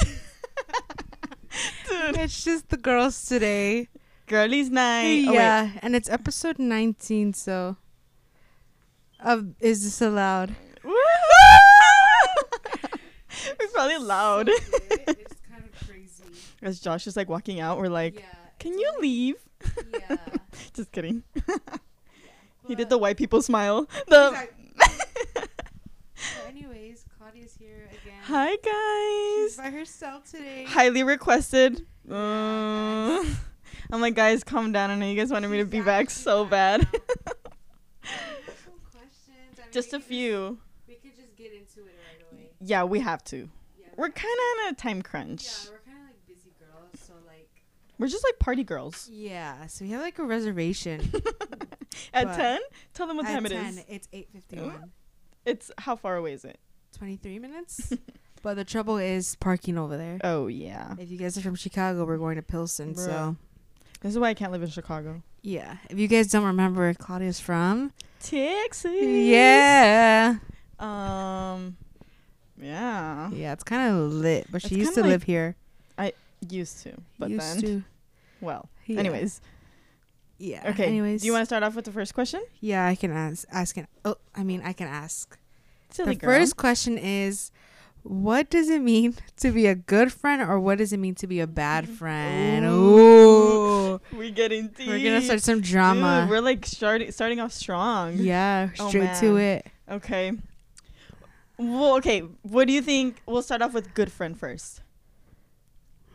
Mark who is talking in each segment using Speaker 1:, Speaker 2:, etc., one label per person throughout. Speaker 1: it's just the girls today.
Speaker 2: Girlies night. Oh, wait.
Speaker 1: yeah, and it's episode 19, so. Of Is This Allowed?
Speaker 2: We're probably loud.
Speaker 1: it's kind of crazy.
Speaker 2: As Josh is like walking out, we're like, "Can you leave?" Just kidding. he did the white people smile. The
Speaker 1: anyways, Claudia's here again.
Speaker 2: hi guys,
Speaker 1: by herself today.
Speaker 2: highly requested.
Speaker 1: Yeah,
Speaker 2: Uh, I'm like, guys, calm down. I know you guys wanted me to
Speaker 1: She's
Speaker 2: be back
Speaker 1: actually
Speaker 2: so
Speaker 1: back
Speaker 2: bad.
Speaker 1: Some questions. I mean,
Speaker 2: Just
Speaker 1: we
Speaker 2: a
Speaker 1: could
Speaker 2: few.
Speaker 1: we could just get into it right away.
Speaker 2: Yeah, we have to.
Speaker 1: Yeah,
Speaker 2: We're kind of on a time crunch.
Speaker 1: yeah, we're kind of like busy girls, so like.
Speaker 2: We're just like party girls.
Speaker 1: Yeah, so we have like a reservation.
Speaker 2: At
Speaker 1: But-
Speaker 2: ten, tell them what
Speaker 1: At
Speaker 2: time it
Speaker 1: 10,
Speaker 2: is. Oh.
Speaker 1: It's 8.51.
Speaker 2: It's how far away is it?
Speaker 1: 23 minutes. but the trouble is parking over there.
Speaker 2: Oh yeah,
Speaker 1: If you guys are from Chicago, we're going to Pilsen,
Speaker 2: Bruh.
Speaker 1: so.
Speaker 2: this is why I can't live in Chicago.
Speaker 1: Yeah. If you guys don't remember where Claudia's from.
Speaker 2: Texas.
Speaker 1: Yeah.
Speaker 2: Um. Yeah.
Speaker 1: Yeah, it's kind of lit, but
Speaker 2: Oh. It's
Speaker 1: she used to
Speaker 2: kinda
Speaker 1: live here.
Speaker 2: Used to, but
Speaker 1: used
Speaker 2: then
Speaker 1: to.
Speaker 2: well.
Speaker 1: Yeah.
Speaker 2: Anyways.
Speaker 1: Yeah.
Speaker 2: Okay.
Speaker 1: Anyways.
Speaker 2: Do you want to start off with the first question?
Speaker 1: Yeah, I can ask. Ask an. Oh, I mean, I can ask. the
Speaker 2: Silly girl.
Speaker 1: first question is, what does it mean to be a good friend, or what does it mean to be a bad friend?
Speaker 2: Mm-hmm. Ooh.
Speaker 1: Ooh.
Speaker 2: We're getting deep.
Speaker 1: We're gonna start some
Speaker 2: Dude,
Speaker 1: drama.
Speaker 2: we're like starting starting off strong.
Speaker 1: yeah,
Speaker 2: Oh,
Speaker 1: straight to it.
Speaker 2: Okay. Well, okay. What do you think? We'll start off with good friend first.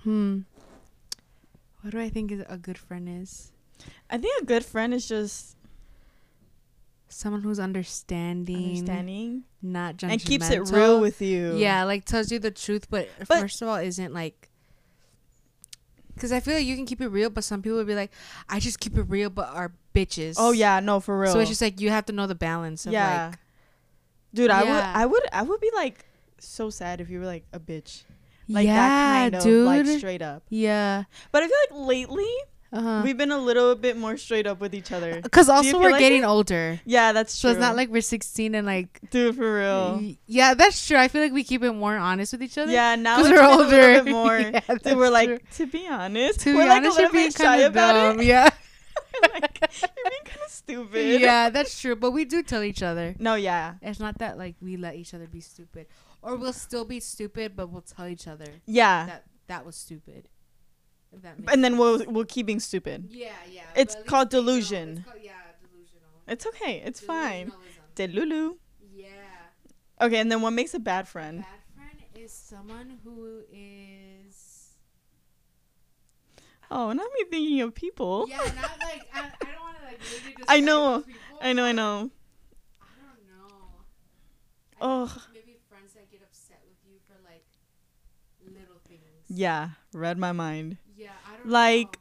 Speaker 1: Hmm. What do I think is a good friend is?
Speaker 2: I think a good friend is just
Speaker 1: Someone who's understanding,
Speaker 2: understanding
Speaker 1: not judgmental,
Speaker 2: and keeps it real with you.
Speaker 1: Yeah, like tells you the truth, but,
Speaker 2: But-
Speaker 1: first of all, isn't like. Because I feel like you can keep it real, but some people would be like, I just keep it real, but are bitches.
Speaker 2: Oh yeah, no, for real.
Speaker 1: So it's just like you have to know the balance of
Speaker 2: yeah.
Speaker 1: like.
Speaker 2: Dude, I
Speaker 1: Yeah.
Speaker 2: would I would I would be like so sad if you were like a bitch. Like that
Speaker 1: yeah,
Speaker 2: kind of
Speaker 1: dude.
Speaker 2: like straight up.
Speaker 1: yeah.
Speaker 2: But I feel like lately
Speaker 1: Uh-huh.
Speaker 2: we've been a little bit more straight up with each other.
Speaker 1: Because also
Speaker 2: feel
Speaker 1: we're
Speaker 2: like
Speaker 1: getting older.
Speaker 2: Yeah, that's
Speaker 1: So
Speaker 2: true.
Speaker 1: it's not like we're 16 and like.
Speaker 2: dude for real.
Speaker 1: y- Yeah, that's true. I feel like we keep it more honest with each other.
Speaker 2: Yeah, now
Speaker 1: because
Speaker 2: it's
Speaker 1: we're
Speaker 2: been a
Speaker 1: older.
Speaker 2: little bit more.
Speaker 1: Yeah,
Speaker 2: Dude, we're
Speaker 1: that's
Speaker 2: like
Speaker 1: true.
Speaker 2: to be honest,
Speaker 1: To
Speaker 2: we're
Speaker 1: be
Speaker 2: like
Speaker 1: honest,
Speaker 2: a
Speaker 1: you're
Speaker 2: little
Speaker 1: being
Speaker 2: bit shy
Speaker 1: kind of
Speaker 2: about
Speaker 1: dumb.
Speaker 2: it.
Speaker 1: Yeah.
Speaker 2: like, you're being kind of stupid.
Speaker 1: yeah, that's true. But we do tell each other.
Speaker 2: No, yeah,
Speaker 1: It's not that like we let each other be stupid, or we'll still be stupid, but we'll tell each other
Speaker 2: yeah.
Speaker 1: that that was stupid. If that makes
Speaker 2: and then
Speaker 1: sense.
Speaker 2: we'll we'll keep being stupid.
Speaker 1: Yeah, yeah. but at
Speaker 2: It's
Speaker 1: least
Speaker 2: called
Speaker 1: they know.
Speaker 2: delusion.
Speaker 1: It's called- yeah, delusional.
Speaker 2: It's okay. It's fine.
Speaker 1: Delusionalism.
Speaker 2: Delulu.
Speaker 1: Yeah.
Speaker 2: Okay, and then what makes a bad friend?
Speaker 1: Bad friend is someone who is.
Speaker 2: Oh, not me thinking of people.
Speaker 1: Yeah, not like I, I don't want to like. Really describe
Speaker 2: I know.
Speaker 1: those people.
Speaker 2: I know, I know.
Speaker 1: I don't know. I
Speaker 2: Ugh.
Speaker 1: think Maybe friends that get upset with you for like little things.
Speaker 2: Yeah, read my mind.
Speaker 1: Yeah, I don't
Speaker 2: Like,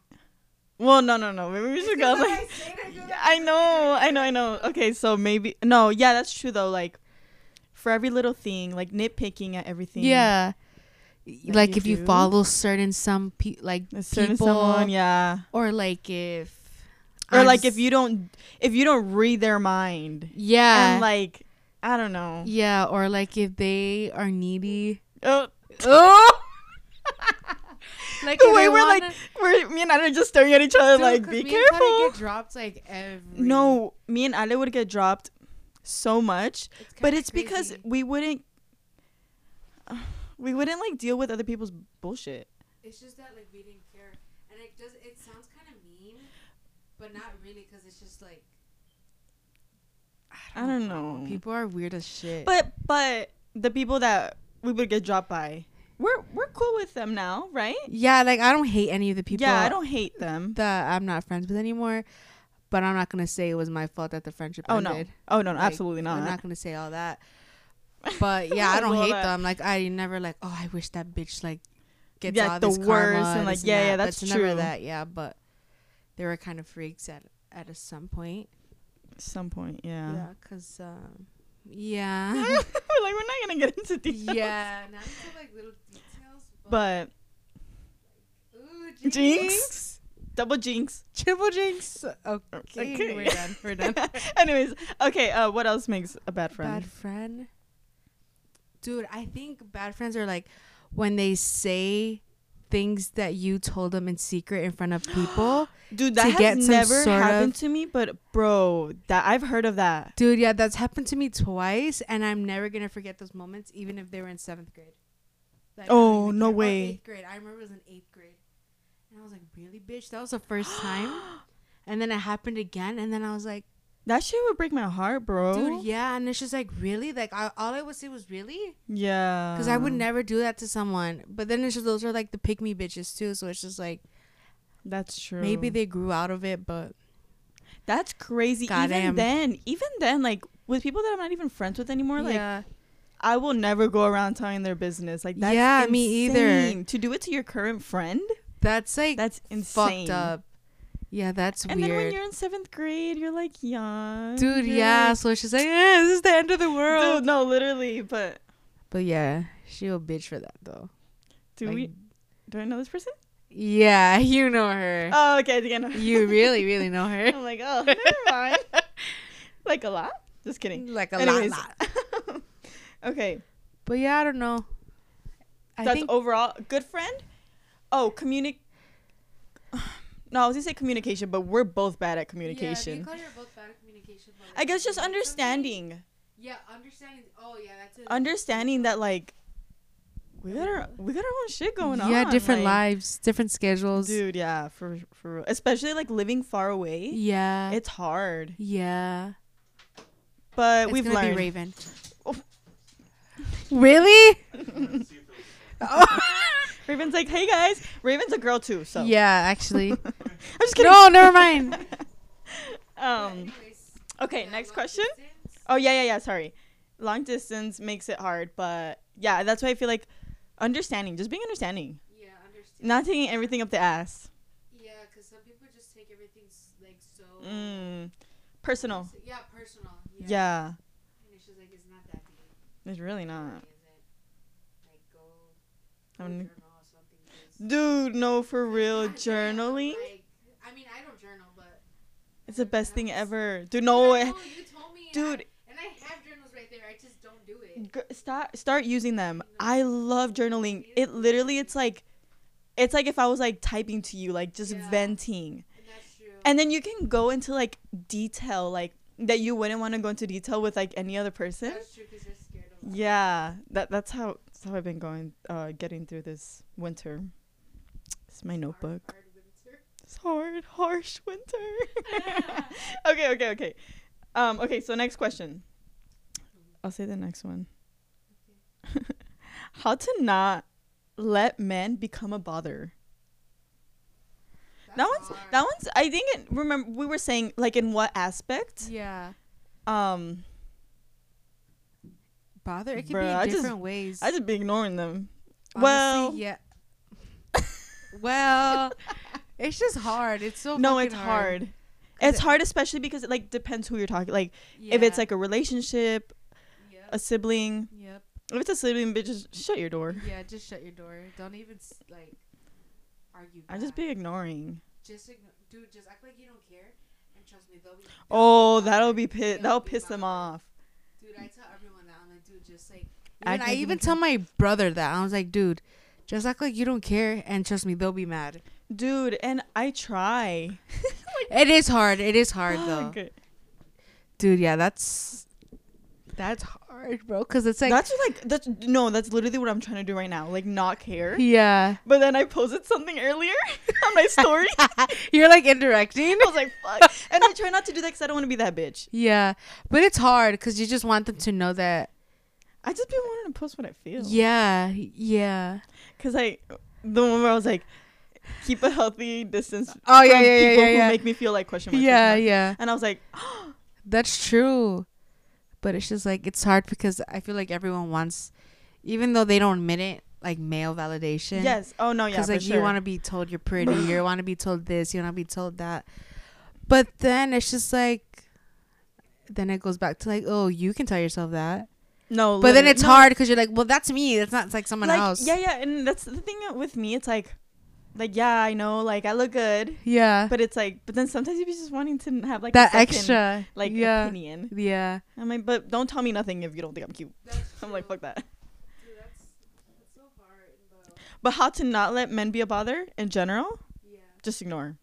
Speaker 2: well, no, no, no. Maybe we
Speaker 1: know.
Speaker 2: should go.
Speaker 1: Because when
Speaker 2: Like,
Speaker 1: I say that, you're
Speaker 2: Yeah, I know, I know, I know. Okay, so maybe no, yeah, that's true though. Like, for every little thing, like nitpicking at everything.
Speaker 1: Yeah.
Speaker 2: that
Speaker 1: like
Speaker 2: you
Speaker 1: if you
Speaker 2: do.
Speaker 1: follow certain some pe- like
Speaker 2: A certain
Speaker 1: people,
Speaker 2: someone, yeah.
Speaker 1: or like if
Speaker 2: Or
Speaker 1: I'm
Speaker 2: like
Speaker 1: s-
Speaker 2: if you don't, if you don't read their mind,
Speaker 1: yeah
Speaker 2: and like, I don't know.
Speaker 1: yeah or like if they are needy
Speaker 2: Oh,
Speaker 1: oh like
Speaker 2: the
Speaker 1: if
Speaker 2: way
Speaker 1: they
Speaker 2: we're like,
Speaker 1: wanna-
Speaker 2: we're me and I are just staring at each other,
Speaker 1: Dude,
Speaker 2: like,
Speaker 1: 'cause
Speaker 2: be
Speaker 1: me and Claudia
Speaker 2: careful.
Speaker 1: get dropped like every
Speaker 2: No, me and Ale would get dropped so
Speaker 1: it's
Speaker 2: much,
Speaker 1: kinda
Speaker 2: but it's because
Speaker 1: crazy.
Speaker 2: we wouldn't, we wouldn't like deal with other people's bullshit.
Speaker 1: it's just that like we didn't care and it does it sounds kind of mean but not really because it's just like
Speaker 2: I don't know.
Speaker 1: people are weird as shit
Speaker 2: Mm. But but the people that we would get dropped by, we're we're cool with them now, right?
Speaker 1: yeah like i don't hate any of the people
Speaker 2: yeah, I don't hate them.
Speaker 1: that I'm not friends with anymore. But I'm not gonna say it was my fault that the friendship
Speaker 2: Oh no,
Speaker 1: ended.
Speaker 2: oh no,
Speaker 1: Like,
Speaker 2: absolutely not. uh,
Speaker 1: I'm not gonna say all that. But
Speaker 2: We
Speaker 1: yeah, I don't
Speaker 2: love
Speaker 1: hate
Speaker 2: that.
Speaker 1: them. Like I never like. Oh, I wish that bitch like gets
Speaker 2: Yeah,
Speaker 1: all
Speaker 2: the
Speaker 1: this
Speaker 2: worst
Speaker 1: karma,
Speaker 2: and, like,
Speaker 1: this
Speaker 2: yeah, yeah,
Speaker 1: that. But
Speaker 2: that's
Speaker 1: it's Never
Speaker 2: true.
Speaker 1: that yeah, but they were kind of freaks at at a some point.
Speaker 2: Some point, yeah.
Speaker 1: Yeah, cause um, yeah,
Speaker 2: we're like we're not gonna get into details.
Speaker 1: yeah. Not into like little details,
Speaker 2: But
Speaker 1: ooh,
Speaker 2: jinx. double jinx.
Speaker 1: triple jinx. Okay,
Speaker 2: Okay.
Speaker 1: we're done. We're done.
Speaker 2: Anyways, okay. Uh, what else makes a bad friend?
Speaker 1: Bad friend. Dude, I think bad friends are like when they say things that you told them in secret in front of people.
Speaker 2: Dude, that
Speaker 1: to
Speaker 2: has
Speaker 1: get some
Speaker 2: never
Speaker 1: sort
Speaker 2: happened
Speaker 1: of-
Speaker 2: to me, but bro, that I've heard of that.
Speaker 1: Dude, yeah, that's happened to me twice, and I'm never gonna forget those moments, even if they were in seventh grade. Like, I don't
Speaker 2: Oh,
Speaker 1: even
Speaker 2: no
Speaker 1: care. Or
Speaker 2: way.
Speaker 1: Eighth grade. I remember it was in eighth grade, and I was like, "Really, bitch?" That was the first time. And then it happened again, and then I was like,
Speaker 2: That shit would break my heart, bro.
Speaker 1: "Dude, yeah." And it's just like, "Really?" Like, I, all I would say was, "Really?"
Speaker 2: yeah.
Speaker 1: Because I would never do that to someone. But then it's just those are like the pick me bitches too. So it's just like
Speaker 2: That's true.
Speaker 1: maybe they grew out of it, but
Speaker 2: That's crazy.
Speaker 1: Goddamn.
Speaker 2: Even then, even then, like with people that I'm not even friends with anymore, like
Speaker 1: yeah,
Speaker 2: I will never go around telling their business. Like that's
Speaker 1: Yeah, me either.
Speaker 2: insane. To do it to your current friend,
Speaker 1: that's like
Speaker 2: that's insane.
Speaker 1: fucked up. Yeah, that's
Speaker 2: And
Speaker 1: weird.
Speaker 2: then when you're in seventh grade, you're like young,
Speaker 1: Dude,
Speaker 2: You're
Speaker 1: yeah.
Speaker 2: like-
Speaker 1: So she's like, eh, this is the end of the world.
Speaker 2: dude, no, literally. But
Speaker 1: But yeah, she will bitch for that though.
Speaker 2: do
Speaker 1: Like-
Speaker 2: we? Do I know this person?
Speaker 1: Yeah, you know her.
Speaker 2: Oh, okay. Again,
Speaker 1: you really, really know her.
Speaker 2: I'm like, oh, never mind. like a lot. Just kidding.
Speaker 1: Like a
Speaker 2: Anyways.
Speaker 1: lot, lot.
Speaker 2: Okay,
Speaker 1: But yeah, I don't know. I
Speaker 2: that's
Speaker 1: think
Speaker 2: overall good friend. Oh, communicate. No, I was gonna say communication, but we're both bad at communication. I guess just understanding,
Speaker 1: Yeah, understanding. Oh yeah, that's it.
Speaker 2: understanding that like we got our we got our own shit going on.
Speaker 1: Yeah, different
Speaker 2: like-
Speaker 1: lives, different schedules.
Speaker 2: dude. Yeah, for for real. especially like living far away,
Speaker 1: Yeah.
Speaker 2: it's hard.
Speaker 1: yeah.
Speaker 2: But
Speaker 1: It's
Speaker 2: we've
Speaker 1: gonna Be
Speaker 2: learned.
Speaker 1: Raven.
Speaker 2: Oh.
Speaker 1: Really? Oh.
Speaker 2: Raven's like, hey guys, Raven's a girl too. So
Speaker 1: Yeah, actually.
Speaker 2: I'm just kidding.
Speaker 1: no, never mind.
Speaker 2: Um. Okay, next question. Oh yeah, yeah, yeah. Sorry, long distance makes it hard, but yeah, that's why I feel like understanding, just being understanding,
Speaker 1: Yeah, understand.
Speaker 2: not taking everything up the ass.
Speaker 1: Yeah, because some people just take everything s- like so.
Speaker 2: Mm. Personal.
Speaker 1: Yeah, personal. Yeah.
Speaker 2: Yeah,
Speaker 1: And it's just like it's not that deep.
Speaker 2: it's really not.
Speaker 1: Is it? Like go go journal
Speaker 2: I'm-
Speaker 1: or something. 'cause-
Speaker 2: Dude, no, for real,
Speaker 1: Not journal, but,
Speaker 2: journaling
Speaker 1: like, I mean, I don't journal, but.
Speaker 2: is the best thing
Speaker 1: Journals.
Speaker 2: ever. Dude,
Speaker 1: Dude,
Speaker 2: no,
Speaker 1: I
Speaker 2: eh,
Speaker 1: know, you told me, and I-
Speaker 2: dude,
Speaker 1: And I have journals right there. I just don't do it.
Speaker 2: g- start start using them. I love journaling. It literally, it's like, it's like if I was like typing to you, like just
Speaker 1: Yeah.
Speaker 2: venting.
Speaker 1: And that's true.
Speaker 2: and then you can go into like detail like that you wouldn't want to go into detail with like any other person
Speaker 1: that's true because you're scared of it.
Speaker 2: yeah that that's how that's how i've been going uh getting through this winter it's my notebook
Speaker 1: Hard winter.
Speaker 2: it's hard harsh winter okay okay okay um okay so next question i'll say the next one how to not let men become a bother that
Speaker 1: That's
Speaker 2: one's
Speaker 1: hard.
Speaker 2: that one's i think it remember we were saying like in what aspect
Speaker 1: Yeah.
Speaker 2: um
Speaker 1: Bother. It can
Speaker 2: Bruh, I
Speaker 1: be in
Speaker 2: just-
Speaker 1: different ways.
Speaker 2: I just be ignoring them.
Speaker 1: Honestly,
Speaker 2: well-
Speaker 1: yeah. well, it's just hard. It's so
Speaker 2: no,
Speaker 1: fucking
Speaker 2: it's hard.
Speaker 1: 'Cause
Speaker 2: It's
Speaker 1: it-
Speaker 2: hard, especially because it like depends who you're talking. Like if
Speaker 1: Yeah.
Speaker 2: it's like a relationship,
Speaker 1: Yep.
Speaker 2: a sibling.
Speaker 1: yep.
Speaker 2: If it's a sibling, bitch, just shut your door.
Speaker 1: Yeah, just shut your door. Don't even s- like argue.
Speaker 2: I just
Speaker 1: back.
Speaker 2: be ignoring.
Speaker 1: Just igno- dude, just act like you don't care. And trust me, they'll be. they'll
Speaker 2: Oh,
Speaker 1: bothered.
Speaker 2: that'll be pit.
Speaker 1: They'll
Speaker 2: That'll
Speaker 1: be
Speaker 2: piss them
Speaker 1: bothered.
Speaker 2: off.
Speaker 1: Dude, I tell everyone that. I'm like, dude, just like. Even,
Speaker 2: Act
Speaker 1: I
Speaker 2: like you
Speaker 1: even
Speaker 2: don't
Speaker 1: tell my brother that. I was like, dude, just act like you don't care. And trust me, they'll be mad.
Speaker 2: Oh Dude, and I try.
Speaker 1: It is hard. It is hard, though.
Speaker 2: Fuck.
Speaker 1: Dude, yeah, that's. That's hard, bro. Because it's like.
Speaker 2: that's what, like that's no, that's literally what I'm trying to do right now. Like not care.
Speaker 1: yeah.
Speaker 2: But then I posted something earlier on my story. I
Speaker 1: You're like indirecting.
Speaker 2: was like, fuck. And I try not to do that because I don't want to be that bitch.
Speaker 1: Yeah. But it's hard because you just want them to know that.
Speaker 2: I just been wanting to post what I feel.
Speaker 1: Yeah. Yeah.
Speaker 2: Cause I, the one where I was like, keep a healthy distance.
Speaker 1: Oh, yeah,
Speaker 2: from
Speaker 1: yeah, yeah,
Speaker 2: people
Speaker 1: yeah,
Speaker 2: who
Speaker 1: yeah.
Speaker 2: make me feel like question mark. question
Speaker 1: Yeah.
Speaker 2: mark.
Speaker 1: Yeah.
Speaker 2: And I was like,
Speaker 1: That's true. But it's just like, it's hard because I feel like everyone wants, even though they don't admit it, like male validation.
Speaker 2: yes. Oh no, yeah,
Speaker 1: because
Speaker 2: for
Speaker 1: like
Speaker 2: sure.
Speaker 1: you want to be told you're pretty, you want to be told this, you want to be told that, but then it's just like, then it goes back to like, oh, you can tell yourself that,
Speaker 2: no,
Speaker 1: but then
Speaker 2: literally-
Speaker 1: it's
Speaker 2: no,
Speaker 1: hard because you're like, well, that's me, that's not it's like someone
Speaker 2: Like,
Speaker 1: else.
Speaker 2: yeah, yeah. And that's the thing with me. It's like, like yeah, I know, like I look good,
Speaker 1: yeah,
Speaker 2: but it's like, but then sometimes you be just wanting to have like a
Speaker 1: that
Speaker 2: second,
Speaker 1: extra,
Speaker 2: like
Speaker 1: yeah,
Speaker 2: opinion.
Speaker 1: yeah,
Speaker 2: I'm like, but don't tell me nothing if you don't think I'm cute. I'm like, fuck that. But how to not let men be a bother in general?
Speaker 1: Yeah.
Speaker 2: Just ignore.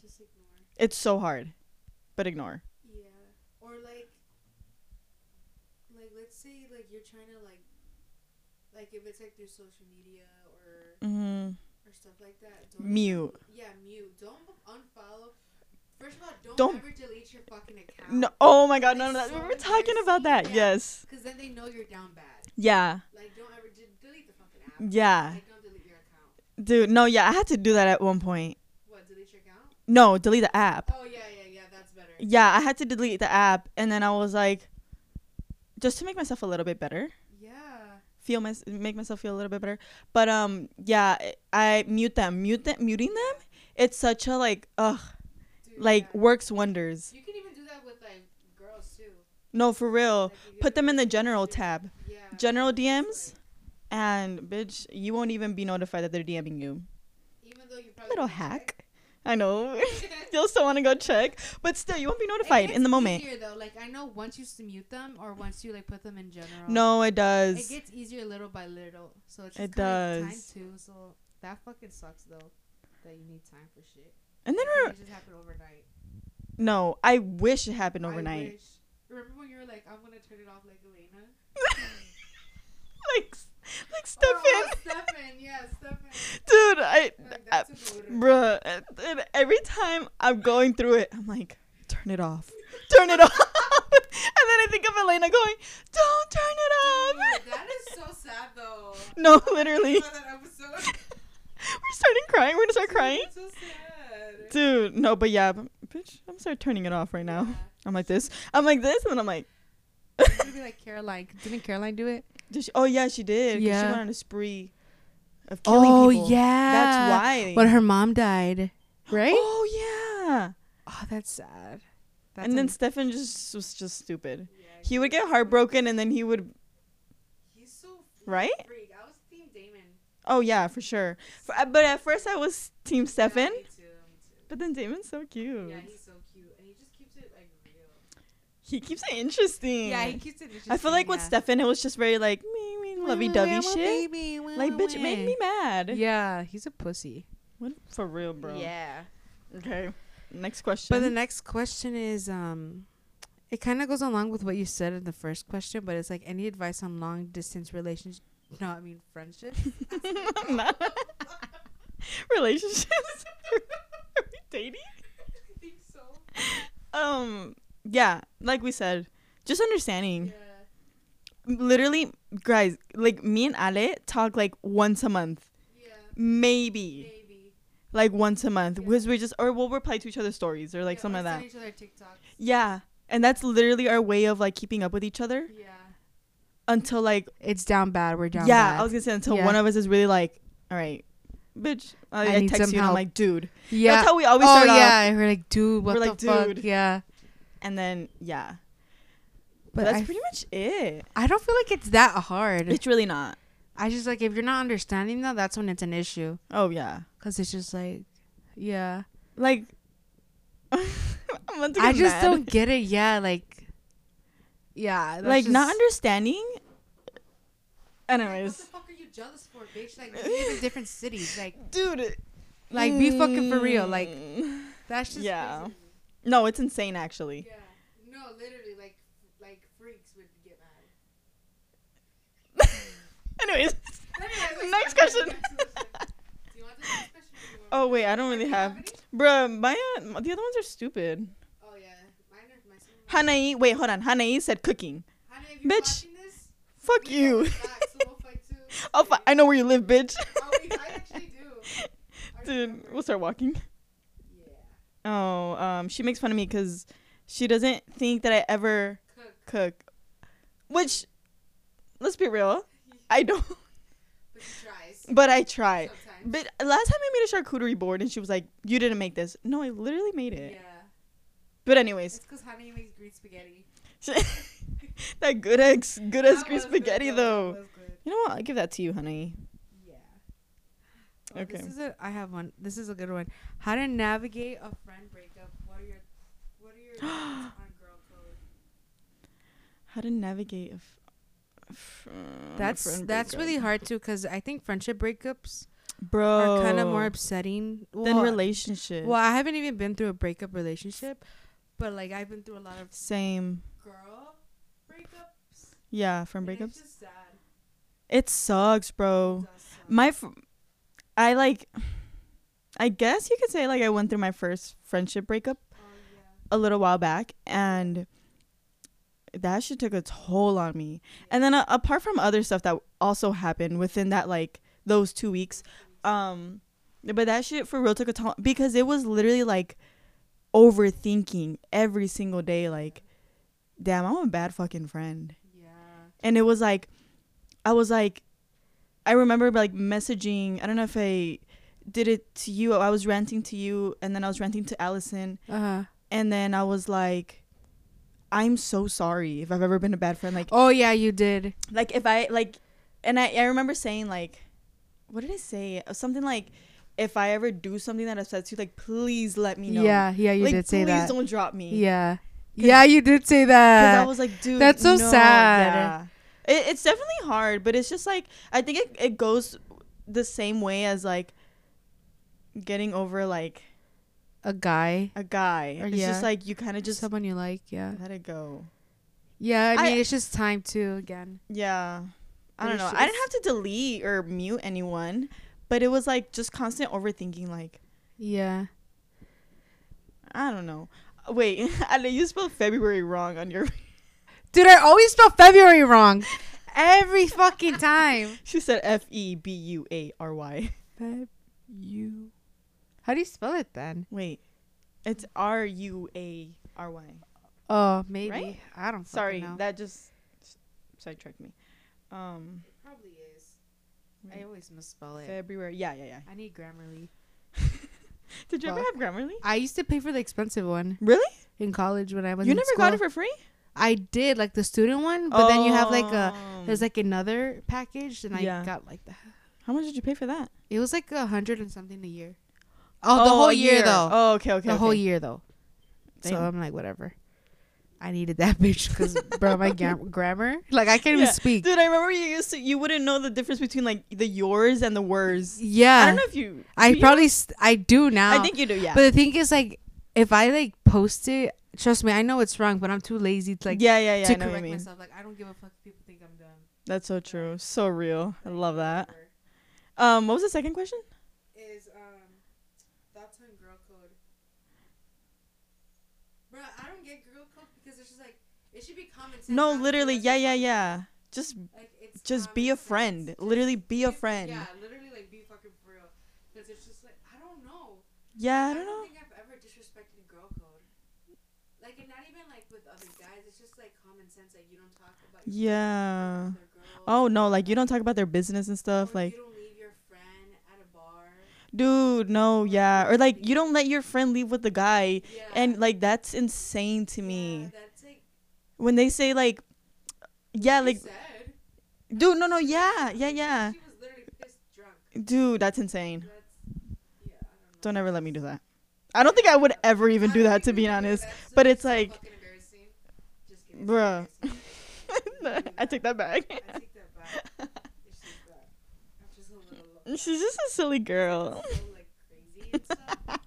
Speaker 1: Just ignore.
Speaker 2: It's so hard, but ignore.
Speaker 1: Yeah. Or like like let's say like you're trying to like like if it's like through social media or
Speaker 2: Mm-hmm.
Speaker 1: or stuff like that.
Speaker 2: Mute.
Speaker 1: Yeah, mute. Don't unfollow. First of all, don't,
Speaker 2: Don't-
Speaker 1: ever delete your fucking account.
Speaker 2: No. Oh my God. No, no,
Speaker 1: That is
Speaker 2: no. We
Speaker 1: so
Speaker 2: were talking about that.
Speaker 1: embarrassing. Yeah.
Speaker 2: Yes.
Speaker 1: Because then they know you're down bad.
Speaker 2: Yeah.
Speaker 1: Like, don't ever de- delete the fucking app.
Speaker 2: Yeah.
Speaker 1: Like, don't delete your account.
Speaker 2: Dude. No. Yeah. I had to do that at one point.
Speaker 1: What, delete your account?
Speaker 2: No. Delete the app.
Speaker 1: Oh, yeah, yeah, yeah, that's better.
Speaker 2: Yeah. I had to delete the app, and then I was like, just to make myself a little bit better.
Speaker 1: Yeah.
Speaker 2: feel my, make myself feel a little bit better. But um, yeah, I mute them. Mute them. Muting them. It's such a like, ugh,
Speaker 1: Dude,
Speaker 2: like
Speaker 1: yeah.
Speaker 2: works wonders.
Speaker 1: You can even do that with, like, girls, too.
Speaker 2: No, for real.
Speaker 1: Like, if you
Speaker 2: Oh, Put them in the general
Speaker 1: Yeah.
Speaker 2: tab,
Speaker 1: Yeah.
Speaker 2: general
Speaker 1: It's
Speaker 2: DMs,
Speaker 1: like,
Speaker 2: and bitch, you won't even be notified that they're DMing you.
Speaker 1: even though you probably
Speaker 2: Little
Speaker 1: wouldn't check.
Speaker 2: hack. I know.
Speaker 1: And
Speaker 2: You'll still want to go check, but still, you won't be notified
Speaker 1: it
Speaker 2: in the
Speaker 1: gets
Speaker 2: moment.
Speaker 1: Easier, though. Like, I know once you s- mute them or once you, like, put them in general.
Speaker 2: No, it
Speaker 1: It
Speaker 2: does.
Speaker 1: gets easier little by little. So it's just
Speaker 2: It
Speaker 1: kinda
Speaker 2: does.
Speaker 1: Time, too. So that fucking sucks, though, that you need time for shit.
Speaker 2: And then,
Speaker 1: It
Speaker 2: re-
Speaker 1: just happened overnight.
Speaker 2: no, I wish it happened
Speaker 1: I
Speaker 2: overnight.
Speaker 1: wish- Remember when you were like, I'm gonna turn it off like Elena?
Speaker 2: Like, s- like Stefan.
Speaker 1: Oh, Stefan, yeah, Stefan.
Speaker 2: dude i,
Speaker 1: Like,
Speaker 2: I
Speaker 1: that's a motor.
Speaker 2: bruh and every time i'm going through it i'm like turn it off turn it off and then i think of elena going don't turn it off
Speaker 1: Dude, that is so sad though.
Speaker 2: no literally
Speaker 1: I
Speaker 2: we're
Speaker 1: saw that episode.
Speaker 2: starting crying we're gonna start
Speaker 1: Dude,
Speaker 2: crying
Speaker 1: that's so sad.
Speaker 2: dude no but yeah but- bitch i'm gonna start turning it off right now
Speaker 1: Yeah.
Speaker 2: i'm like this i'm like this and then i'm like
Speaker 1: It's gonna be like Caroline. Didn't Caroline do it?
Speaker 2: Did she, oh yeah she did 'cause she
Speaker 1: Yeah. Oh,
Speaker 2: went on a spree of killing people
Speaker 1: yeah.
Speaker 2: that's why
Speaker 1: But her mom died, right? oh,
Speaker 2: oh yeah
Speaker 1: that's sad. That's
Speaker 2: and then
Speaker 1: un-
Speaker 2: Stefan just was just stupid.
Speaker 1: Yeah,
Speaker 2: He would get heartbroken and then he would
Speaker 1: He's so he's a
Speaker 2: right?
Speaker 1: freak. I was Team Damon.
Speaker 2: Oh yeah, for sure. F- uh, But at first I was team Stefan,
Speaker 1: Yeah, me too, me too.
Speaker 2: but then Damon's so cute.
Speaker 1: Yeah, he's so cute, and he just keeps it like real.
Speaker 2: He keeps it interesting.
Speaker 1: Yeah, he keeps it.
Speaker 2: I feel like with Stefan it was just very like me me lovey dovey shit. Like bitch, make me mad.
Speaker 1: Yeah, he's a pussy.
Speaker 2: What for real, bro?
Speaker 1: Yeah.
Speaker 2: Okay. Next question.
Speaker 1: But the next question is um it kind of goes along with what you said in the first question, but it's like any advice on long distance relationship? No, I mean friendship.
Speaker 2: Nah. Relationships. Are we dating?
Speaker 1: think so.
Speaker 2: Um. Yeah. Like we said, just understanding.
Speaker 1: Yeah.
Speaker 2: literally guys like me and ale talk like once a month
Speaker 1: Yeah.
Speaker 2: maybe
Speaker 1: Maybe.
Speaker 2: like once a month
Speaker 1: Yeah.
Speaker 2: because we're just or we'll reply to each other's stories or like
Speaker 1: Yeah,
Speaker 2: something
Speaker 1: or
Speaker 2: like that
Speaker 1: send each other TikToks.
Speaker 2: yeah and that's literally our way of like keeping up with each other
Speaker 1: Yeah.
Speaker 2: until like
Speaker 1: It's down bad. We're down
Speaker 2: yeah
Speaker 1: bad.
Speaker 2: i was gonna say until
Speaker 1: Yeah.
Speaker 2: one of us is really like all right bitch i,
Speaker 1: I
Speaker 2: I
Speaker 1: need
Speaker 2: text
Speaker 1: some
Speaker 2: you and i'm
Speaker 1: help.
Speaker 2: like dude
Speaker 1: yeah.
Speaker 2: that's how we always
Speaker 1: oh
Speaker 2: start
Speaker 1: yeah,
Speaker 2: off
Speaker 1: and we're like, dude, what
Speaker 2: We're
Speaker 1: the
Speaker 2: like,
Speaker 1: fuck?
Speaker 2: dude.
Speaker 1: Yeah.
Speaker 2: and then yeah
Speaker 1: But
Speaker 2: that's
Speaker 1: I,
Speaker 2: pretty much it
Speaker 1: I don't feel like it's that hard.
Speaker 2: it's really not
Speaker 1: I just like if you're not understanding that, that's when it's an issue.
Speaker 2: oh yeah
Speaker 1: Cause it's just like, yeah.
Speaker 2: like i'm about to
Speaker 1: I
Speaker 2: get
Speaker 1: just
Speaker 2: mad.
Speaker 1: don't get it. Yeah, like, yeah, that's
Speaker 2: like not
Speaker 1: just-
Speaker 2: understanding.
Speaker 1: Like, What
Speaker 2: Anyways,
Speaker 1: the fuck are you jealous for, bitch? Like we live in different cities. Like
Speaker 2: dude,
Speaker 1: Like, be fucking for real, like-
Speaker 2: Mm.
Speaker 1: that's just
Speaker 2: Yeah.
Speaker 1: crazy.
Speaker 2: no, it's insane actually.
Speaker 1: Yeah. No, literally, like like freaks would get mad.
Speaker 2: Anyways,
Speaker 1: Anyways, let's
Speaker 2: next question.
Speaker 1: go to the next question. Do you want the next question? or do you want-
Speaker 2: oh wait, I don't really
Speaker 1: Do you
Speaker 2: have,
Speaker 1: any?
Speaker 2: bruh. My the other ones are stupid.
Speaker 1: Oh yeah, mine are my son.
Speaker 2: Hanae, wait, hold on. Hanae said cooking.
Speaker 1: Honey, if you're
Speaker 2: Bitch.
Speaker 1: watching this,
Speaker 2: Fuck
Speaker 1: we know
Speaker 2: you.
Speaker 1: we're back, so we'll fight too.
Speaker 2: I'll fi- I know where you live, bitch.
Speaker 1: Oh, we, I actually do. I
Speaker 2: Dude,
Speaker 1: remember.
Speaker 2: we'll start walking.
Speaker 1: Yeah.
Speaker 2: Oh, um, she makes fun of me because she doesn't think that I ever
Speaker 1: Cook.
Speaker 2: cook, which, let's be real, I don't.
Speaker 1: But she tries.
Speaker 2: But I try.
Speaker 1: Sometimes.
Speaker 2: But last time I made a charcuterie board and she was like, You didn't make this. No, I literally made it.
Speaker 1: Yeah.
Speaker 2: But
Speaker 1: It's
Speaker 2: anyways.
Speaker 1: because honey makes green spaghetti.
Speaker 2: that good ex good as
Speaker 1: That
Speaker 2: green
Speaker 1: was good,
Speaker 2: spaghetti though.
Speaker 1: That was good.
Speaker 2: You know what? I'll give that to you, honey.
Speaker 1: Yeah. Oh,
Speaker 2: Okay.
Speaker 1: This is a. I have one. This is a good one. How to navigate a friend breakup. What are your What are your thoughts on girl code?
Speaker 2: How to navigate a f- a fr- a
Speaker 1: That's
Speaker 2: friend
Speaker 1: that's
Speaker 2: breakup.
Speaker 1: really hard too, because I think friendship breakups
Speaker 2: bro.
Speaker 1: are kind of more upsetting
Speaker 2: Oh. than
Speaker 1: Well,
Speaker 2: relationships.
Speaker 1: Well, I haven't even been through a breakup relationship, but like I've been through a lot of
Speaker 2: Same.
Speaker 1: girl breakups.
Speaker 2: Yeah, from
Speaker 1: and it's
Speaker 2: breakups.
Speaker 1: just sad. It
Speaker 2: It sucks, bro.
Speaker 1: does suck.
Speaker 2: My, f- I like, I guess you could say like I went through my first friendship breakup
Speaker 1: Oh, yeah.
Speaker 2: a little while back, and that shit took a toll on me. And then uh, apart from other stuff that also happened within that like those two weeks, um, but that shit for real took a toll because it was literally like overthinking every single day. Like, damn, I'm a bad fucking friend.
Speaker 1: Yeah.
Speaker 2: and it was like i was like i remember like messaging i don't know if i did it to you i was ranting to you and then i was ranting to allison
Speaker 1: Uh-huh.
Speaker 2: and then i was like i'm so sorry if i've ever been a bad friend like
Speaker 1: Oh yeah, you did.
Speaker 2: like if i like and i, I remember saying like what did i say something like if i ever do something that upsets you like please let me know
Speaker 1: Yeah, yeah, you
Speaker 2: like
Speaker 1: did say
Speaker 2: please
Speaker 1: that.
Speaker 2: don't drop me
Speaker 1: Yeah. Yeah, you did say that.
Speaker 2: because I was like, dude,
Speaker 1: that's so sad.
Speaker 2: yeah. It, it's definitely hard, but it's just like I think it, it goes the same way as like getting over like
Speaker 1: a guy,
Speaker 2: a guy.
Speaker 1: Or
Speaker 2: It's
Speaker 1: yeah.
Speaker 2: just like you kind of just
Speaker 1: someone you like, yeah.
Speaker 2: let it go.
Speaker 1: Yeah, I
Speaker 2: I-
Speaker 1: mean, it's just time to again.
Speaker 2: Yeah, I
Speaker 1: But
Speaker 2: don't
Speaker 1: it's
Speaker 2: know. I didn't
Speaker 1: just-
Speaker 2: have to delete or mute anyone, but it was like just constant overthinking. Like
Speaker 1: Yeah.
Speaker 2: I don't know. Uh, Wait, I know you spelled February wrong on your.
Speaker 1: Dude, I always spell February wrong. Every fucking time.
Speaker 2: She said F E B U A R Y.
Speaker 1: Feb you. How do you spell it then?
Speaker 2: Wait, it's R U A R Y.
Speaker 1: Oh, maybe.
Speaker 2: Right?
Speaker 1: I don't fucking
Speaker 2: Sorry,
Speaker 1: know.
Speaker 2: that just s- sidetracked me. Um,
Speaker 1: probably is.
Speaker 2: I
Speaker 1: always misspell
Speaker 2: February. Yeah, yeah, yeah.
Speaker 1: I need Grammarly.
Speaker 2: Did you ever
Speaker 1: Fuck.
Speaker 2: have Grammarly?
Speaker 1: I used to pay for the expensive one
Speaker 2: Really?
Speaker 1: in college when I was
Speaker 2: You
Speaker 1: in
Speaker 2: never
Speaker 1: school.
Speaker 2: got it for free?
Speaker 1: I did, like the student one, but then you have like a
Speaker 2: Oh.
Speaker 1: there's like another package and I
Speaker 2: Yeah.
Speaker 1: got like that.
Speaker 2: How much did you pay for that?
Speaker 1: It was like a hundred and something a year. Oh, the whole
Speaker 2: a
Speaker 1: year, though.
Speaker 2: Oh, okay, okay.
Speaker 1: the whole
Speaker 2: okay.
Speaker 1: year though. So
Speaker 2: Damn.
Speaker 1: I'm like, whatever. I needed that bitch because bro, my gam- grammar, like I can't
Speaker 2: Yeah.
Speaker 1: even speak.
Speaker 2: Dude, I remember you used to. You wouldn't know the difference between like the yours and the words.
Speaker 1: Yeah,
Speaker 2: I don't know if you.
Speaker 1: I
Speaker 2: do you?
Speaker 1: probably st- I do now.
Speaker 2: I think you do. Yeah.
Speaker 1: But the thing is, like, if I like post it, trust me, I know it's wrong, but I'm too lazy to like
Speaker 2: yeah, yeah, yeah.
Speaker 1: to
Speaker 2: I know what you
Speaker 1: correct
Speaker 2: mean.
Speaker 1: myself. Like, I don't give a fuck if people think I'm dumb.
Speaker 2: That's so true. So real. I love that. Um, what was the second question?
Speaker 1: Is um thoughts on girl code? Bro, I don't get girl code because it's just like it should be common sense.
Speaker 2: No, literally. Yeah, yeah, yeah. Just
Speaker 1: Like, Um, it's
Speaker 2: just be a friend. Literally be a friend.
Speaker 1: Yeah, literally, like be fucking for real. Because it's just like I don't know.
Speaker 2: Yeah, I don't know.
Speaker 1: think I've ever disrespected girl code. Like, and not even like with other guys. It's just like common sense. Like you don't talk about your
Speaker 2: Yeah.
Speaker 1: friends with other girls.
Speaker 2: Oh no, like you don't talk about their business and stuff.
Speaker 1: Or
Speaker 2: Like,
Speaker 1: you don't leave your friend at a bar.
Speaker 2: dude, no, yeah. Or like you don't let your friend leave with the guy.
Speaker 1: Yeah.
Speaker 2: And like that's insane to me.
Speaker 1: Yeah, that's like
Speaker 2: When they say like yeah,
Speaker 1: she
Speaker 2: like
Speaker 1: said.
Speaker 2: dude, no, no, yeah, yeah, yeah.
Speaker 1: She was literally pissed drunk.
Speaker 2: Dude, that's insane.
Speaker 1: That's yeah. I don't know.
Speaker 2: Don't ever let me do that. I don't think I would ever even
Speaker 1: I
Speaker 2: do
Speaker 1: don't
Speaker 2: that to
Speaker 1: think we
Speaker 2: be
Speaker 1: do
Speaker 2: honest.
Speaker 1: that, so
Speaker 2: but
Speaker 1: it's
Speaker 2: it's
Speaker 1: so
Speaker 2: like-
Speaker 1: fucking embarrassing. Just kidding, it's
Speaker 2: Bruh.
Speaker 1: embarrassing.
Speaker 2: I take that back.
Speaker 1: I take that back. It's just that I'm just a little low.
Speaker 2: She's just a silly girl.
Speaker 1: so, like crazy and stuff.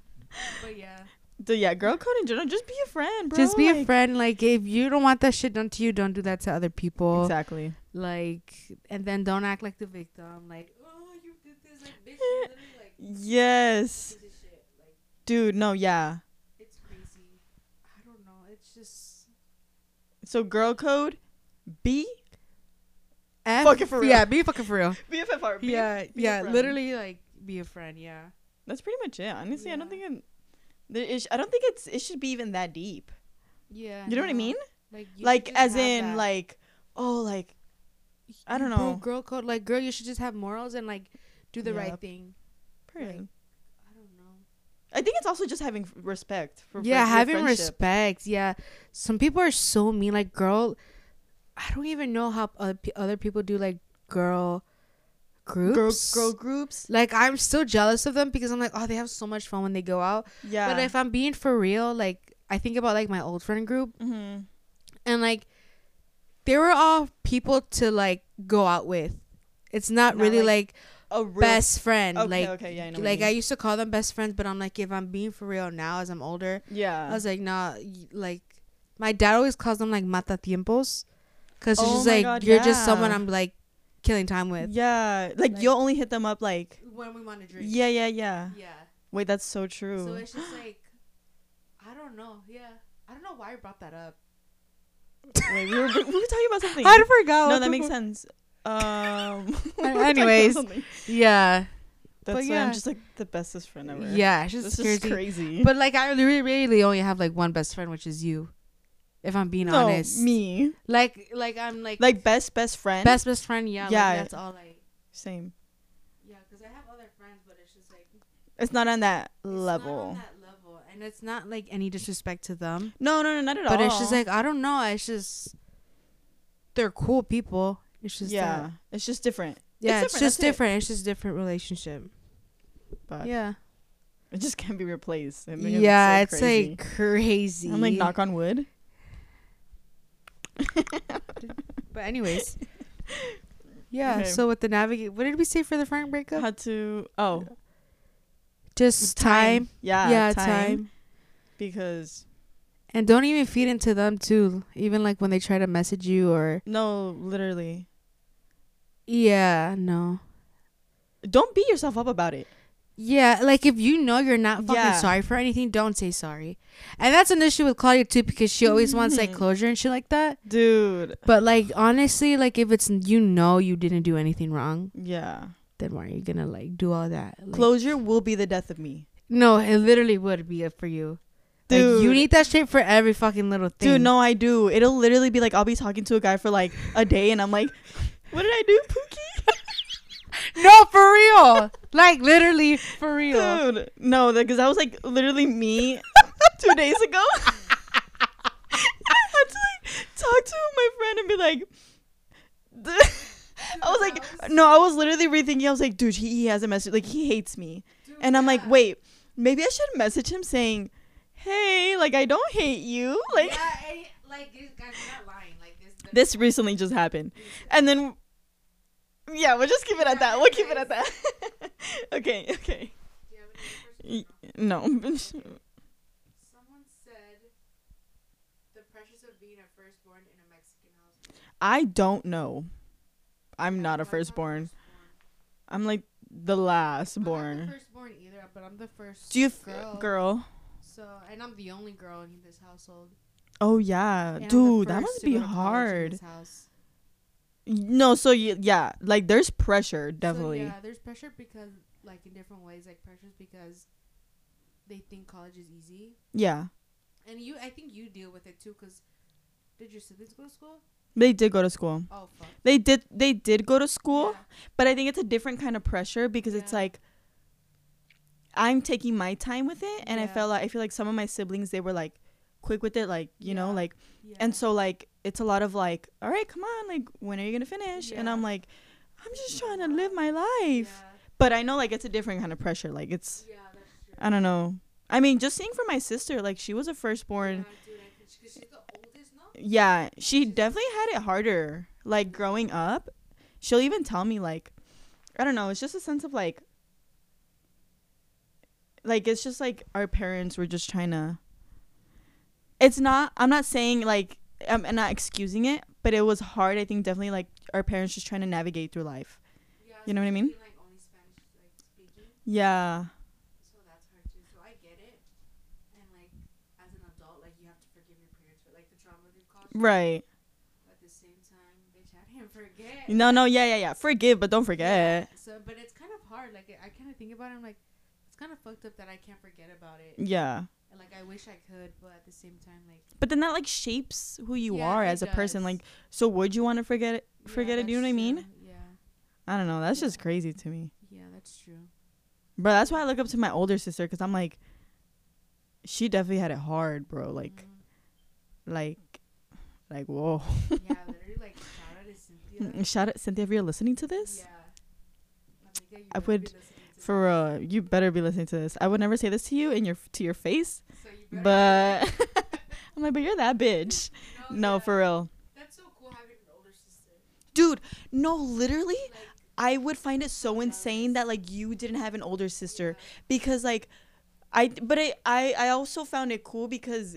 Speaker 1: But yeah.
Speaker 2: Dude, yeah, girl code in general, just be a friend, bro.
Speaker 1: just be a
Speaker 2: like-
Speaker 1: friend. Like if you don't want that shit done to you, don't do that to other people.
Speaker 2: Exactly.
Speaker 1: Like and then don't act like the victim. Like oh you did this like bitch. you literally, like
Speaker 2: Yes.
Speaker 1: piece of shit. Like
Speaker 2: Dude, no, yeah.
Speaker 1: it's crazy. I don't know. It's just
Speaker 2: So girl code, be
Speaker 1: F-
Speaker 2: Fucking for real.
Speaker 1: Yeah, be fucking for real.
Speaker 2: BFFR. Be
Speaker 1: yeah,
Speaker 2: be a
Speaker 1: yeah.
Speaker 2: friend.
Speaker 1: Literally like be a friend. Yeah.
Speaker 2: That's pretty much it. Honestly, I don't
Speaker 1: Yeah.
Speaker 2: think it, there is, I don't think it's it should be even that deep.
Speaker 1: Yeah.
Speaker 2: You know what I
Speaker 1: no.
Speaker 2: mean?
Speaker 1: Like you should
Speaker 2: like
Speaker 1: just
Speaker 2: as
Speaker 1: have
Speaker 2: in
Speaker 1: that.
Speaker 2: like oh like I don't
Speaker 1: Bro,
Speaker 2: know.
Speaker 1: girl code. Like girl, you should just have morals and like do the right
Speaker 2: Yep.
Speaker 1: thing.
Speaker 2: period.
Speaker 1: I don't know.
Speaker 2: I think it's also just having f- respect
Speaker 1: yeah
Speaker 2: for friend- your
Speaker 1: having
Speaker 2: friendship.
Speaker 1: respect yeah some people are so mean like girl i don't even know how other, pe- other people do like girl groups
Speaker 2: Girl, girl groups.
Speaker 1: like i'm still jealous of them because i'm like oh they have so much fun when they go out
Speaker 2: Yeah.
Speaker 1: but if i'm being for real like i think about like my old friend group
Speaker 2: mm-hmm.
Speaker 1: and like they were all people to like go out with it's not,
Speaker 2: Not
Speaker 1: really like,
Speaker 2: like- a real
Speaker 1: best friend.
Speaker 2: Okay,
Speaker 1: like
Speaker 2: okay, yeah, I know.
Speaker 1: like I
Speaker 2: what you mean.
Speaker 1: used to call them best friends, but I'm like if I'm being for real now as I'm older, I
Speaker 2: yeah.
Speaker 1: was like nah, y- like my dad always calls them like mata tiempos, because it's
Speaker 2: Oh
Speaker 1: just
Speaker 2: my
Speaker 1: like
Speaker 2: God,
Speaker 1: you're just
Speaker 2: yeah.
Speaker 1: someone I'm like killing time with.
Speaker 2: Yeah, like,
Speaker 1: Like-
Speaker 2: you'll only hit them up like
Speaker 1: When we want to drink.
Speaker 2: yeah, yeah, yeah.
Speaker 1: Yeah.
Speaker 2: Wait, that's so true.
Speaker 1: So it's just like, I don't know. Yeah, I don't know why you brought that up.
Speaker 2: Wait, we were, we were talking about something.
Speaker 1: I forgot.
Speaker 2: no, that makes sense. Um. we were talking about
Speaker 1: Anyways,
Speaker 2: something.
Speaker 1: Yeah,
Speaker 2: that's why
Speaker 1: yeah.
Speaker 2: I'm just like the bestest friend ever.
Speaker 1: yeah. It's
Speaker 2: this
Speaker 1: just
Speaker 2: is
Speaker 1: crazy.
Speaker 2: crazy.
Speaker 1: But like, I really, really only have like one best friend, which is you. If I'm being
Speaker 2: no,
Speaker 1: honest,
Speaker 2: me
Speaker 1: like, like I'm like,
Speaker 2: like best best friend.
Speaker 1: best best friend. Yeah, yeah.
Speaker 2: Yeah.
Speaker 1: that's all I.
Speaker 2: Same.
Speaker 1: Yeah, because I have other friends, but it's just like it's
Speaker 2: It's not on that
Speaker 1: not on
Speaker 2: level.
Speaker 1: that level, and it's not like any disrespect to them,
Speaker 2: No, no, no, not at all.
Speaker 1: but it's just like I don't know. It's just they're cool people. It's just uh,
Speaker 2: yeah,
Speaker 1: that-
Speaker 2: it's just different.
Speaker 1: yeah. It's, just
Speaker 2: that's it.
Speaker 1: different. It's just different relationship.
Speaker 2: But
Speaker 1: Yeah.
Speaker 2: it just can't be replaced. I mean,
Speaker 1: Yeah, it's,
Speaker 2: so crazy.
Speaker 1: like crazy.
Speaker 2: I'm like knock on wood.
Speaker 1: But anyways. yeah.
Speaker 2: Okay.
Speaker 1: So with the navigate, what did we say for the Frank breakup?
Speaker 2: How to oh
Speaker 1: Just time.
Speaker 2: Yeah,
Speaker 1: Yeah, time.
Speaker 2: time, Because
Speaker 1: And don't even feed into them too. Even like when they try to message you or
Speaker 2: no, literally,
Speaker 1: yeah, no.
Speaker 2: don't beat yourself up about it.
Speaker 1: Yeah, like if you know you're not fucking
Speaker 2: Yeah.
Speaker 1: sorry for anything, don't say sorry. And that's an issue with Claudia too because she always wants like
Speaker 2: Mhm.
Speaker 1: closure and shit like that.
Speaker 2: Dude,
Speaker 1: But like honestly, like if it's you know you didn't do anything wrong,
Speaker 2: yeah.
Speaker 1: then why are you gonna like do all that? Like,
Speaker 2: Closure will be the death of me.
Speaker 1: No, it literally would be for you. Like,
Speaker 2: Dude.
Speaker 1: you need that shit for every fucking little thing.
Speaker 2: Dude, no, I do. It'll literally be like I'll be talking to a guy for like a day and I'm like, what did I do,
Speaker 1: no, for real. like literally for real.
Speaker 2: Pookie? Dude, no, because that was like literally me two days ago. I had to like talk to my friend and be like, "Dude," I was like, no, I was literally rethinking. I was like, dude, he, he hasn't messaged. Like, he hates me. And I'm like, wait, maybe I should message him saying, hey, like, I don't hate you. Like,
Speaker 1: like this guy's not lying. Like this.
Speaker 2: this recently just happened. And then, yeah, we'll just keep it at that. We'll keep it at that. okay, okay. Y- No.
Speaker 1: Someone said the pressures of being a firstborn in a Mexican house.
Speaker 2: I don't know. I'm not a firstborn. I'm like the last
Speaker 1: I'm not the
Speaker 2: born.
Speaker 1: firstborn either, but I'm the first.
Speaker 2: Do you, f- uh,
Speaker 1: girl?
Speaker 2: girl?
Speaker 1: So, and I'm the only girl in this household.
Speaker 2: Oh,
Speaker 1: And
Speaker 2: yeah.
Speaker 1: I'm the
Speaker 2: Dude, that
Speaker 1: first
Speaker 2: must
Speaker 1: to
Speaker 2: be
Speaker 1: go to college in
Speaker 2: hard.
Speaker 1: this house.
Speaker 2: No, so you, yeah, like there's pressure,
Speaker 1: So,
Speaker 2: definitely.
Speaker 1: yeah, there's pressure because, like, in different ways, like pressures because they think college is easy,
Speaker 2: yeah.
Speaker 1: and you, I think you deal with it too. Cause did your siblings go to school?
Speaker 2: They did go to school.
Speaker 1: Oh fuck.
Speaker 2: They did they did go to school,
Speaker 1: Yeah.
Speaker 2: but I think it's a different kind of pressure because it's
Speaker 1: Yeah.
Speaker 2: like I'm taking my time with it and I
Speaker 1: Yeah.
Speaker 2: felt like I feel like some of my siblings they were like quick with it like, you know,
Speaker 1: Yeah.
Speaker 2: like
Speaker 1: Yeah.
Speaker 2: and so like it's a lot of like, "All right, come on, like when are you going to finish?" And
Speaker 1: Yeah.
Speaker 2: I'm like, "I'm just trying to live my
Speaker 1: yeah,
Speaker 2: life." But I know like it's a different kind of pressure. Like it's
Speaker 1: yeah, that's true.
Speaker 2: I don't know. I mean, just seeing from my sister, like she was a
Speaker 1: Yeah,
Speaker 2: firstborn
Speaker 1: dude, I think- 'cause she's the oldest, no?
Speaker 2: yeah she definitely had it harder like growing up she'll even tell me like i don't know it's just a sense of like like it's just like our parents were just trying to it's not i'm not saying like i'm, I'm not excusing it but it was hard i think definitely like our parents just trying to navigate through life
Speaker 1: Yeah,
Speaker 2: You know what I mean?
Speaker 1: especially, Like only Spanish like speaking,
Speaker 2: yeah
Speaker 1: so that's hard too. So I get it, and like as an adult, like you have to forgive your parents for like the trauma they've caused. you.
Speaker 2: right
Speaker 1: At the same time, bitch, I didn't forget.
Speaker 2: no no yeah yeah yeah forgive but don't
Speaker 1: Yeah,
Speaker 2: forget
Speaker 1: So, but it's kind of hard. Like, I kind of think about it. I'm like, it's kind of fucked up that I can't forget about it.
Speaker 2: yeah
Speaker 1: And like, I wish I could, but at the same time, like,
Speaker 2: but then that like shapes who you
Speaker 1: Yeah,
Speaker 2: are
Speaker 1: it
Speaker 2: as a person
Speaker 1: does.
Speaker 2: like so would you want to forget it
Speaker 1: yeah,
Speaker 2: forget it do you know what
Speaker 1: that's
Speaker 2: i mean
Speaker 1: true. Yeah,
Speaker 2: I don't know. That's
Speaker 1: Yeah.
Speaker 2: just crazy to me.
Speaker 1: yeah, that's true.
Speaker 2: Bro, that's why I look up to my older sister because I'm like, she definitely had it hard, bro. Like, like, like, whoa.
Speaker 1: Mhm. yeah, literally, like, shout out to Cynthia.
Speaker 2: Shout out, Cynthia, if you're listening to this,
Speaker 1: Yeah. Amiga, you
Speaker 2: I
Speaker 1: better
Speaker 2: would-
Speaker 1: be listening to
Speaker 2: for uh, you better be listening to this. I would never say this to you in your to your face,
Speaker 1: this, so you better-
Speaker 2: but I'm like, but you're that bitch. No,
Speaker 1: Oh, yeah.
Speaker 2: for real,
Speaker 1: That's so cool having an older sister.
Speaker 2: dude. No, literally,
Speaker 1: Like,
Speaker 2: I would find it so insane that like you didn't have an older sister because like I but I I, I also found it cool because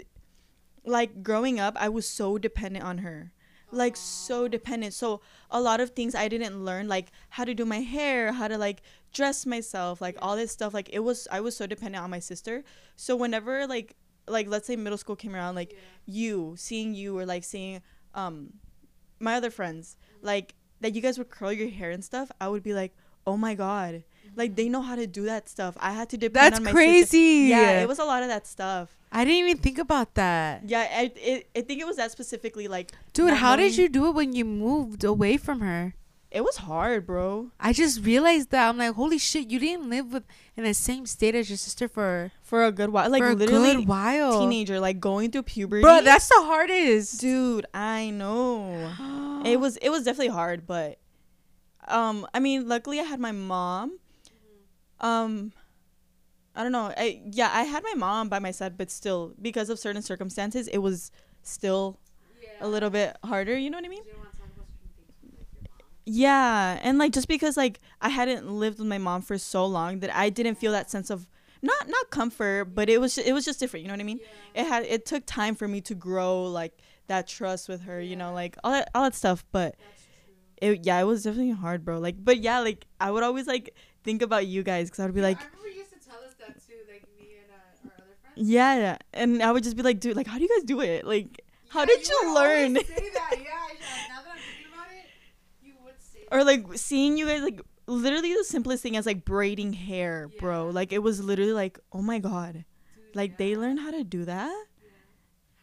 Speaker 2: like growing up I was so dependent on her. Like so dependent. So a lot of things I didn't learn like how to do my hair, how to like dress myself, like all this stuff like it was I was so dependent on my sister. So whenever like like let's say middle school came around like you seeing you or like seeing um my other friends
Speaker 1: Mm-hmm.
Speaker 2: like that you guys would curl your hair and stuff i would be like oh my god like they know how to do that stuff i had to depend
Speaker 1: Mm-hmm. That's
Speaker 2: on my sister.
Speaker 1: crazy.
Speaker 2: yeah it was a lot of that stuff
Speaker 1: I didn't even think about that.
Speaker 2: yeah i it, i think it was that specifically like
Speaker 1: Dude,
Speaker 2: not
Speaker 1: how did
Speaker 2: knowing-
Speaker 1: you do it when you moved away from her?
Speaker 2: it was hard bro
Speaker 1: I just realized that. I'm like, holy shit, you didn't live with in the same state as your sister for,
Speaker 2: for a good while like
Speaker 1: for a
Speaker 2: literally
Speaker 1: good while.
Speaker 2: teenager like going through puberty
Speaker 1: Bro, that's the hardest.
Speaker 2: dude i know it was it was definitely hard but um i mean luckily i had my mom um i don't know i yeah i had my mom by my side but still because of certain circumstances it was still a little bit harder you know what i mean yeah and like just because like i hadn't lived with my mom for so long that i didn't feel that sense of not not comfort but it was ju- it was just different you know what i mean it had it took time for me to grow like that trust with her you know like all that all that stuff but it yeah it was definitely hard bro like but yeah like i would always like think about you guys because i would be like
Speaker 1: remember you used to tell us that too, like me and uh, our other friends.
Speaker 2: yeah yeah," and i would just be like dude like how do you guys do it like how did you, learn or like seeing you guys like literally the simplest thing as like braiding hair bro like it was literally like oh my god like they learn how to do that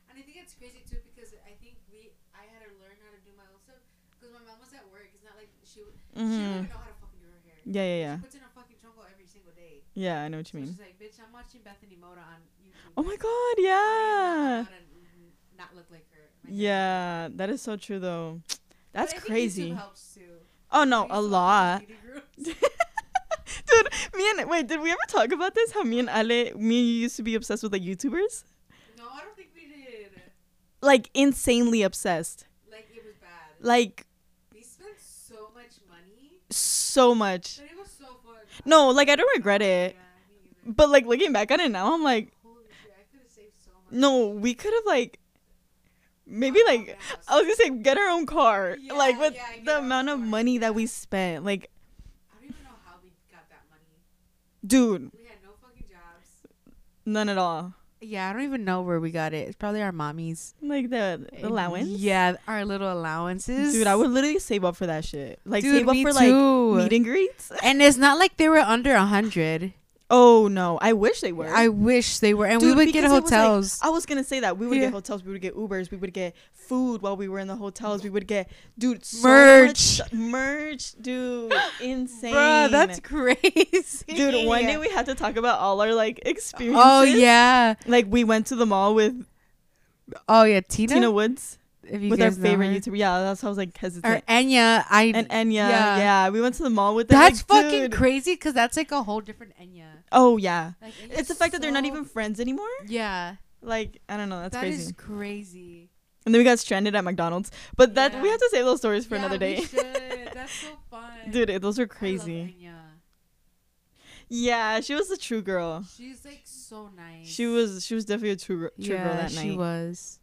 Speaker 3: And I think it's crazy too because I think we I had to learn how to do my own stuff because my mom was at work. It's not like she w- she
Speaker 2: Mhm.
Speaker 3: didn't even know how to fucking do her hair.
Speaker 2: yeah yeah yeah
Speaker 3: Puts in a fucking chongo every single day.
Speaker 2: yeah i know what you mean
Speaker 3: She's like, bitch, I'm watching Bethany Moda on YouTube.
Speaker 2: oh my god yeah
Speaker 3: How to n- not look like her. My dad-
Speaker 2: Yeah, that is so true though.
Speaker 3: But
Speaker 2: That's
Speaker 3: I think YouTube
Speaker 2: crazy.
Speaker 3: helps too.
Speaker 2: Oh no,
Speaker 3: I used to
Speaker 2: a
Speaker 3: watch
Speaker 2: lot.
Speaker 3: these beauty groups.
Speaker 2: Dude, me and wait, did we ever talk about this? How me and Ale, me and you used to be obsessed with like YouTubers?
Speaker 3: No, I don't think we did.
Speaker 2: Like insanely obsessed.
Speaker 3: Like it was bad.
Speaker 2: Like
Speaker 3: We spent so much money,
Speaker 2: so much.
Speaker 3: but it was so fun.
Speaker 2: No, like I don't regret it.
Speaker 3: Yeah, me either.
Speaker 2: But like looking back on it now, I'm like,
Speaker 3: Holy shit, I could have saved so much.
Speaker 2: no, we could have like maybe like I was gonna say get our own car.
Speaker 3: Yeah,
Speaker 2: like with
Speaker 3: yeah, get our
Speaker 2: the
Speaker 3: own
Speaker 2: amount of
Speaker 3: car,
Speaker 2: money
Speaker 3: yeah.
Speaker 2: that we spent. Like,
Speaker 3: I don't even know how we got that money.
Speaker 2: dude,
Speaker 3: We had no fucking jobs.
Speaker 2: none at all.
Speaker 1: Yeah, I don't even know where we got it. It's probably our mommies.
Speaker 2: Like the
Speaker 1: And-
Speaker 2: allowance.
Speaker 1: Yeah, our little allowances.
Speaker 2: Dude, I would literally save up for that shit. Like
Speaker 1: Dude,
Speaker 2: save up
Speaker 1: me
Speaker 2: for
Speaker 1: too.
Speaker 2: like meet and greets.
Speaker 1: And it's not like they were under a hundred.
Speaker 2: Oh no, I wish they were.
Speaker 1: I wish they were, and
Speaker 2: Dude,
Speaker 1: we would get
Speaker 2: because it was, like,
Speaker 1: hotels.
Speaker 2: I was gonna say that we would
Speaker 1: Yeah.
Speaker 2: get hotels, we would get Ubers, we would get food while we were in the hotels, we would get dude so
Speaker 1: Merch.
Speaker 2: much stu- merch, dude, insane.
Speaker 1: Bro, that's crazy.
Speaker 2: dude. One day we had to talk about all our like experiences.
Speaker 1: Oh yeah.
Speaker 2: like we went to the mall with
Speaker 1: Oh yeah. Tina.
Speaker 2: Tina Woods
Speaker 1: if you
Speaker 2: with our
Speaker 1: guys know
Speaker 2: favorite
Speaker 1: her.
Speaker 2: YouTuber. Yeah, that's how I was like
Speaker 1: Or
Speaker 2: hesitant.
Speaker 1: Enya. I.
Speaker 2: and Enya,
Speaker 1: yeah.
Speaker 2: yeah. we went to the mall with them.
Speaker 1: that's
Speaker 2: like,
Speaker 1: fucking
Speaker 2: dude.
Speaker 1: crazy because that's like a whole different Enya.
Speaker 2: Oh yeah,
Speaker 1: Like, Enya's
Speaker 2: it's the fact that they're not
Speaker 1: so-
Speaker 2: even friends anymore.
Speaker 1: Yeah.
Speaker 2: Like I don't know, that's
Speaker 1: That's
Speaker 2: crazy.
Speaker 1: crazy.
Speaker 2: And then we got stranded at McDonald's. But that we
Speaker 1: Yeah.
Speaker 2: have to save those stories for
Speaker 1: Yeah,
Speaker 2: another
Speaker 1: we
Speaker 2: day.
Speaker 1: should. That's so fun.
Speaker 2: Dude, it- those are
Speaker 3: I love
Speaker 2: crazy.
Speaker 3: Anya.
Speaker 2: Yeah, she was a true girl.
Speaker 3: She's like so nice.
Speaker 2: She was she was definitely a true, gr- true girl that
Speaker 1: she
Speaker 2: night.
Speaker 1: was.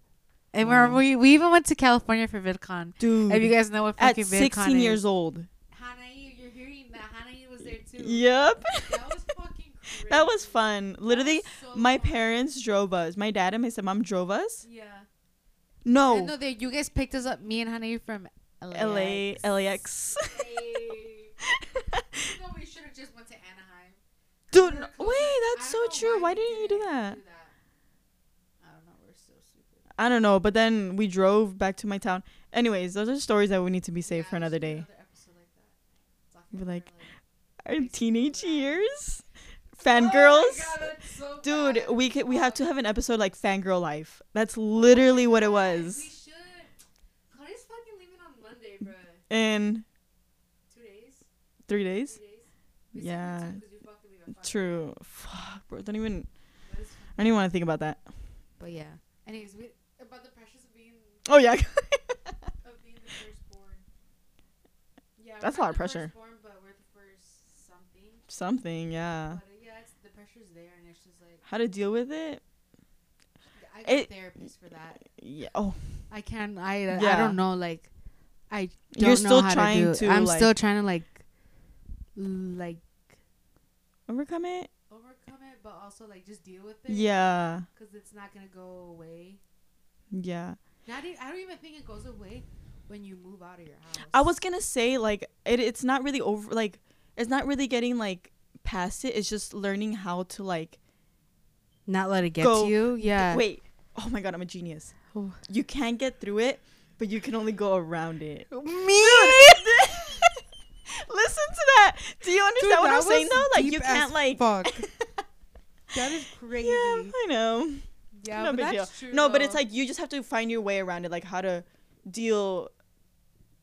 Speaker 1: And
Speaker 2: Wow.
Speaker 1: remember, we, we even went to California for VidCon.
Speaker 2: Dude,
Speaker 1: If you guys know what
Speaker 2: at
Speaker 1: fucking
Speaker 2: 16
Speaker 1: VidCon is.
Speaker 2: years old.
Speaker 3: Hanae, you're hearing that Hanae was there too.
Speaker 2: Yep.
Speaker 3: That was fucking crazy.
Speaker 2: that was fun. Literally,
Speaker 3: so
Speaker 2: my
Speaker 3: fun.
Speaker 2: parents drove us. My dad and my stepmom drove us.
Speaker 3: Yeah.
Speaker 1: I
Speaker 2: No,
Speaker 1: know that you guys picked us up, me and Honey from
Speaker 2: LA,
Speaker 1: LA.
Speaker 2: LAX.
Speaker 3: Hey. you know, we should have just went to Anaheim.
Speaker 2: Dude,
Speaker 3: We
Speaker 2: no-
Speaker 3: were close.
Speaker 2: wait,
Speaker 3: I
Speaker 2: that's so
Speaker 3: don't know
Speaker 2: true. Why
Speaker 3: we
Speaker 2: didn't you do that?
Speaker 3: I don't know. We're so stupid.
Speaker 2: I don't know, but then we drove back to my town. Anyways, those are stories that we need to be saved
Speaker 3: Yeah, we
Speaker 2: for another
Speaker 3: should do
Speaker 2: day.
Speaker 3: another episode like that. Talking
Speaker 2: Be
Speaker 3: about
Speaker 2: like,
Speaker 3: our,
Speaker 2: Our
Speaker 3: high school
Speaker 2: teenage
Speaker 3: life.
Speaker 2: years,
Speaker 3: Oh my
Speaker 2: fangirls.
Speaker 3: God, that's so
Speaker 2: Dude,
Speaker 3: bad.
Speaker 2: we could, we have
Speaker 3: Fuck.
Speaker 2: to have an episode like fangirl life. That's literally what it
Speaker 3: We
Speaker 2: was.
Speaker 3: should. Claudia's fucking leaving on Monday, bruh.
Speaker 2: In
Speaker 3: Two days.
Speaker 2: three days.
Speaker 3: Three days. Basically
Speaker 2: Yeah.
Speaker 3: two, 'cause you fucking leave at five.
Speaker 2: True. Fuck, bro. Don't even.
Speaker 3: But it's fine.
Speaker 2: I don't even want to think about that.
Speaker 1: But yeah.
Speaker 3: Anyways, we, about the pressures of being
Speaker 2: Oh yeah.
Speaker 3: of being the firstborn. Yeah, Yeah,
Speaker 2: That's a
Speaker 3: we're
Speaker 2: lot
Speaker 3: not
Speaker 2: of
Speaker 3: the
Speaker 2: pressure.
Speaker 3: firstborn, but we're the first something.
Speaker 2: Something,
Speaker 3: But uh,
Speaker 2: yeah.
Speaker 3: yeah, it's, the pressure's there, and it's just like
Speaker 2: How to deal with it?
Speaker 3: I go
Speaker 2: It-
Speaker 3: to therapies for that.
Speaker 2: Yeah. Oh,
Speaker 1: I can I I
Speaker 2: Yeah.
Speaker 1: don't know like I don't
Speaker 2: You're
Speaker 1: know
Speaker 2: still
Speaker 1: how
Speaker 2: trying
Speaker 1: to, do it.
Speaker 2: to,
Speaker 1: I'm
Speaker 2: like-
Speaker 1: still trying to like like
Speaker 2: overcome it.
Speaker 3: Overcome it, but also like just deal with it.
Speaker 2: Yeah.
Speaker 3: because it's not gonna go away.
Speaker 2: Yeah.
Speaker 3: Not e- I don't even think it goes away when you move out of your house.
Speaker 2: I was gonna say like it, it's not really over like it's not really getting like past it. It's just learning how to like
Speaker 1: not let it get
Speaker 2: Go-
Speaker 1: to you. Yeah.
Speaker 2: wait. Oh my god, I'm a genius.
Speaker 1: Oh.
Speaker 2: You can get through it, but you can only go around it.
Speaker 1: Me
Speaker 2: Listen to that. Do you understand what
Speaker 1: that
Speaker 2: I'm saying
Speaker 1: was
Speaker 2: though? Like
Speaker 1: deep
Speaker 2: you
Speaker 1: as
Speaker 2: can't like
Speaker 1: fuck. That is crazy.
Speaker 2: Yeah, I know.
Speaker 1: Yeah,
Speaker 2: no
Speaker 1: but
Speaker 2: big
Speaker 1: that's
Speaker 2: deal.
Speaker 3: true,
Speaker 2: no, but it's
Speaker 3: though.
Speaker 2: like you just have to find your way around it, like how to deal,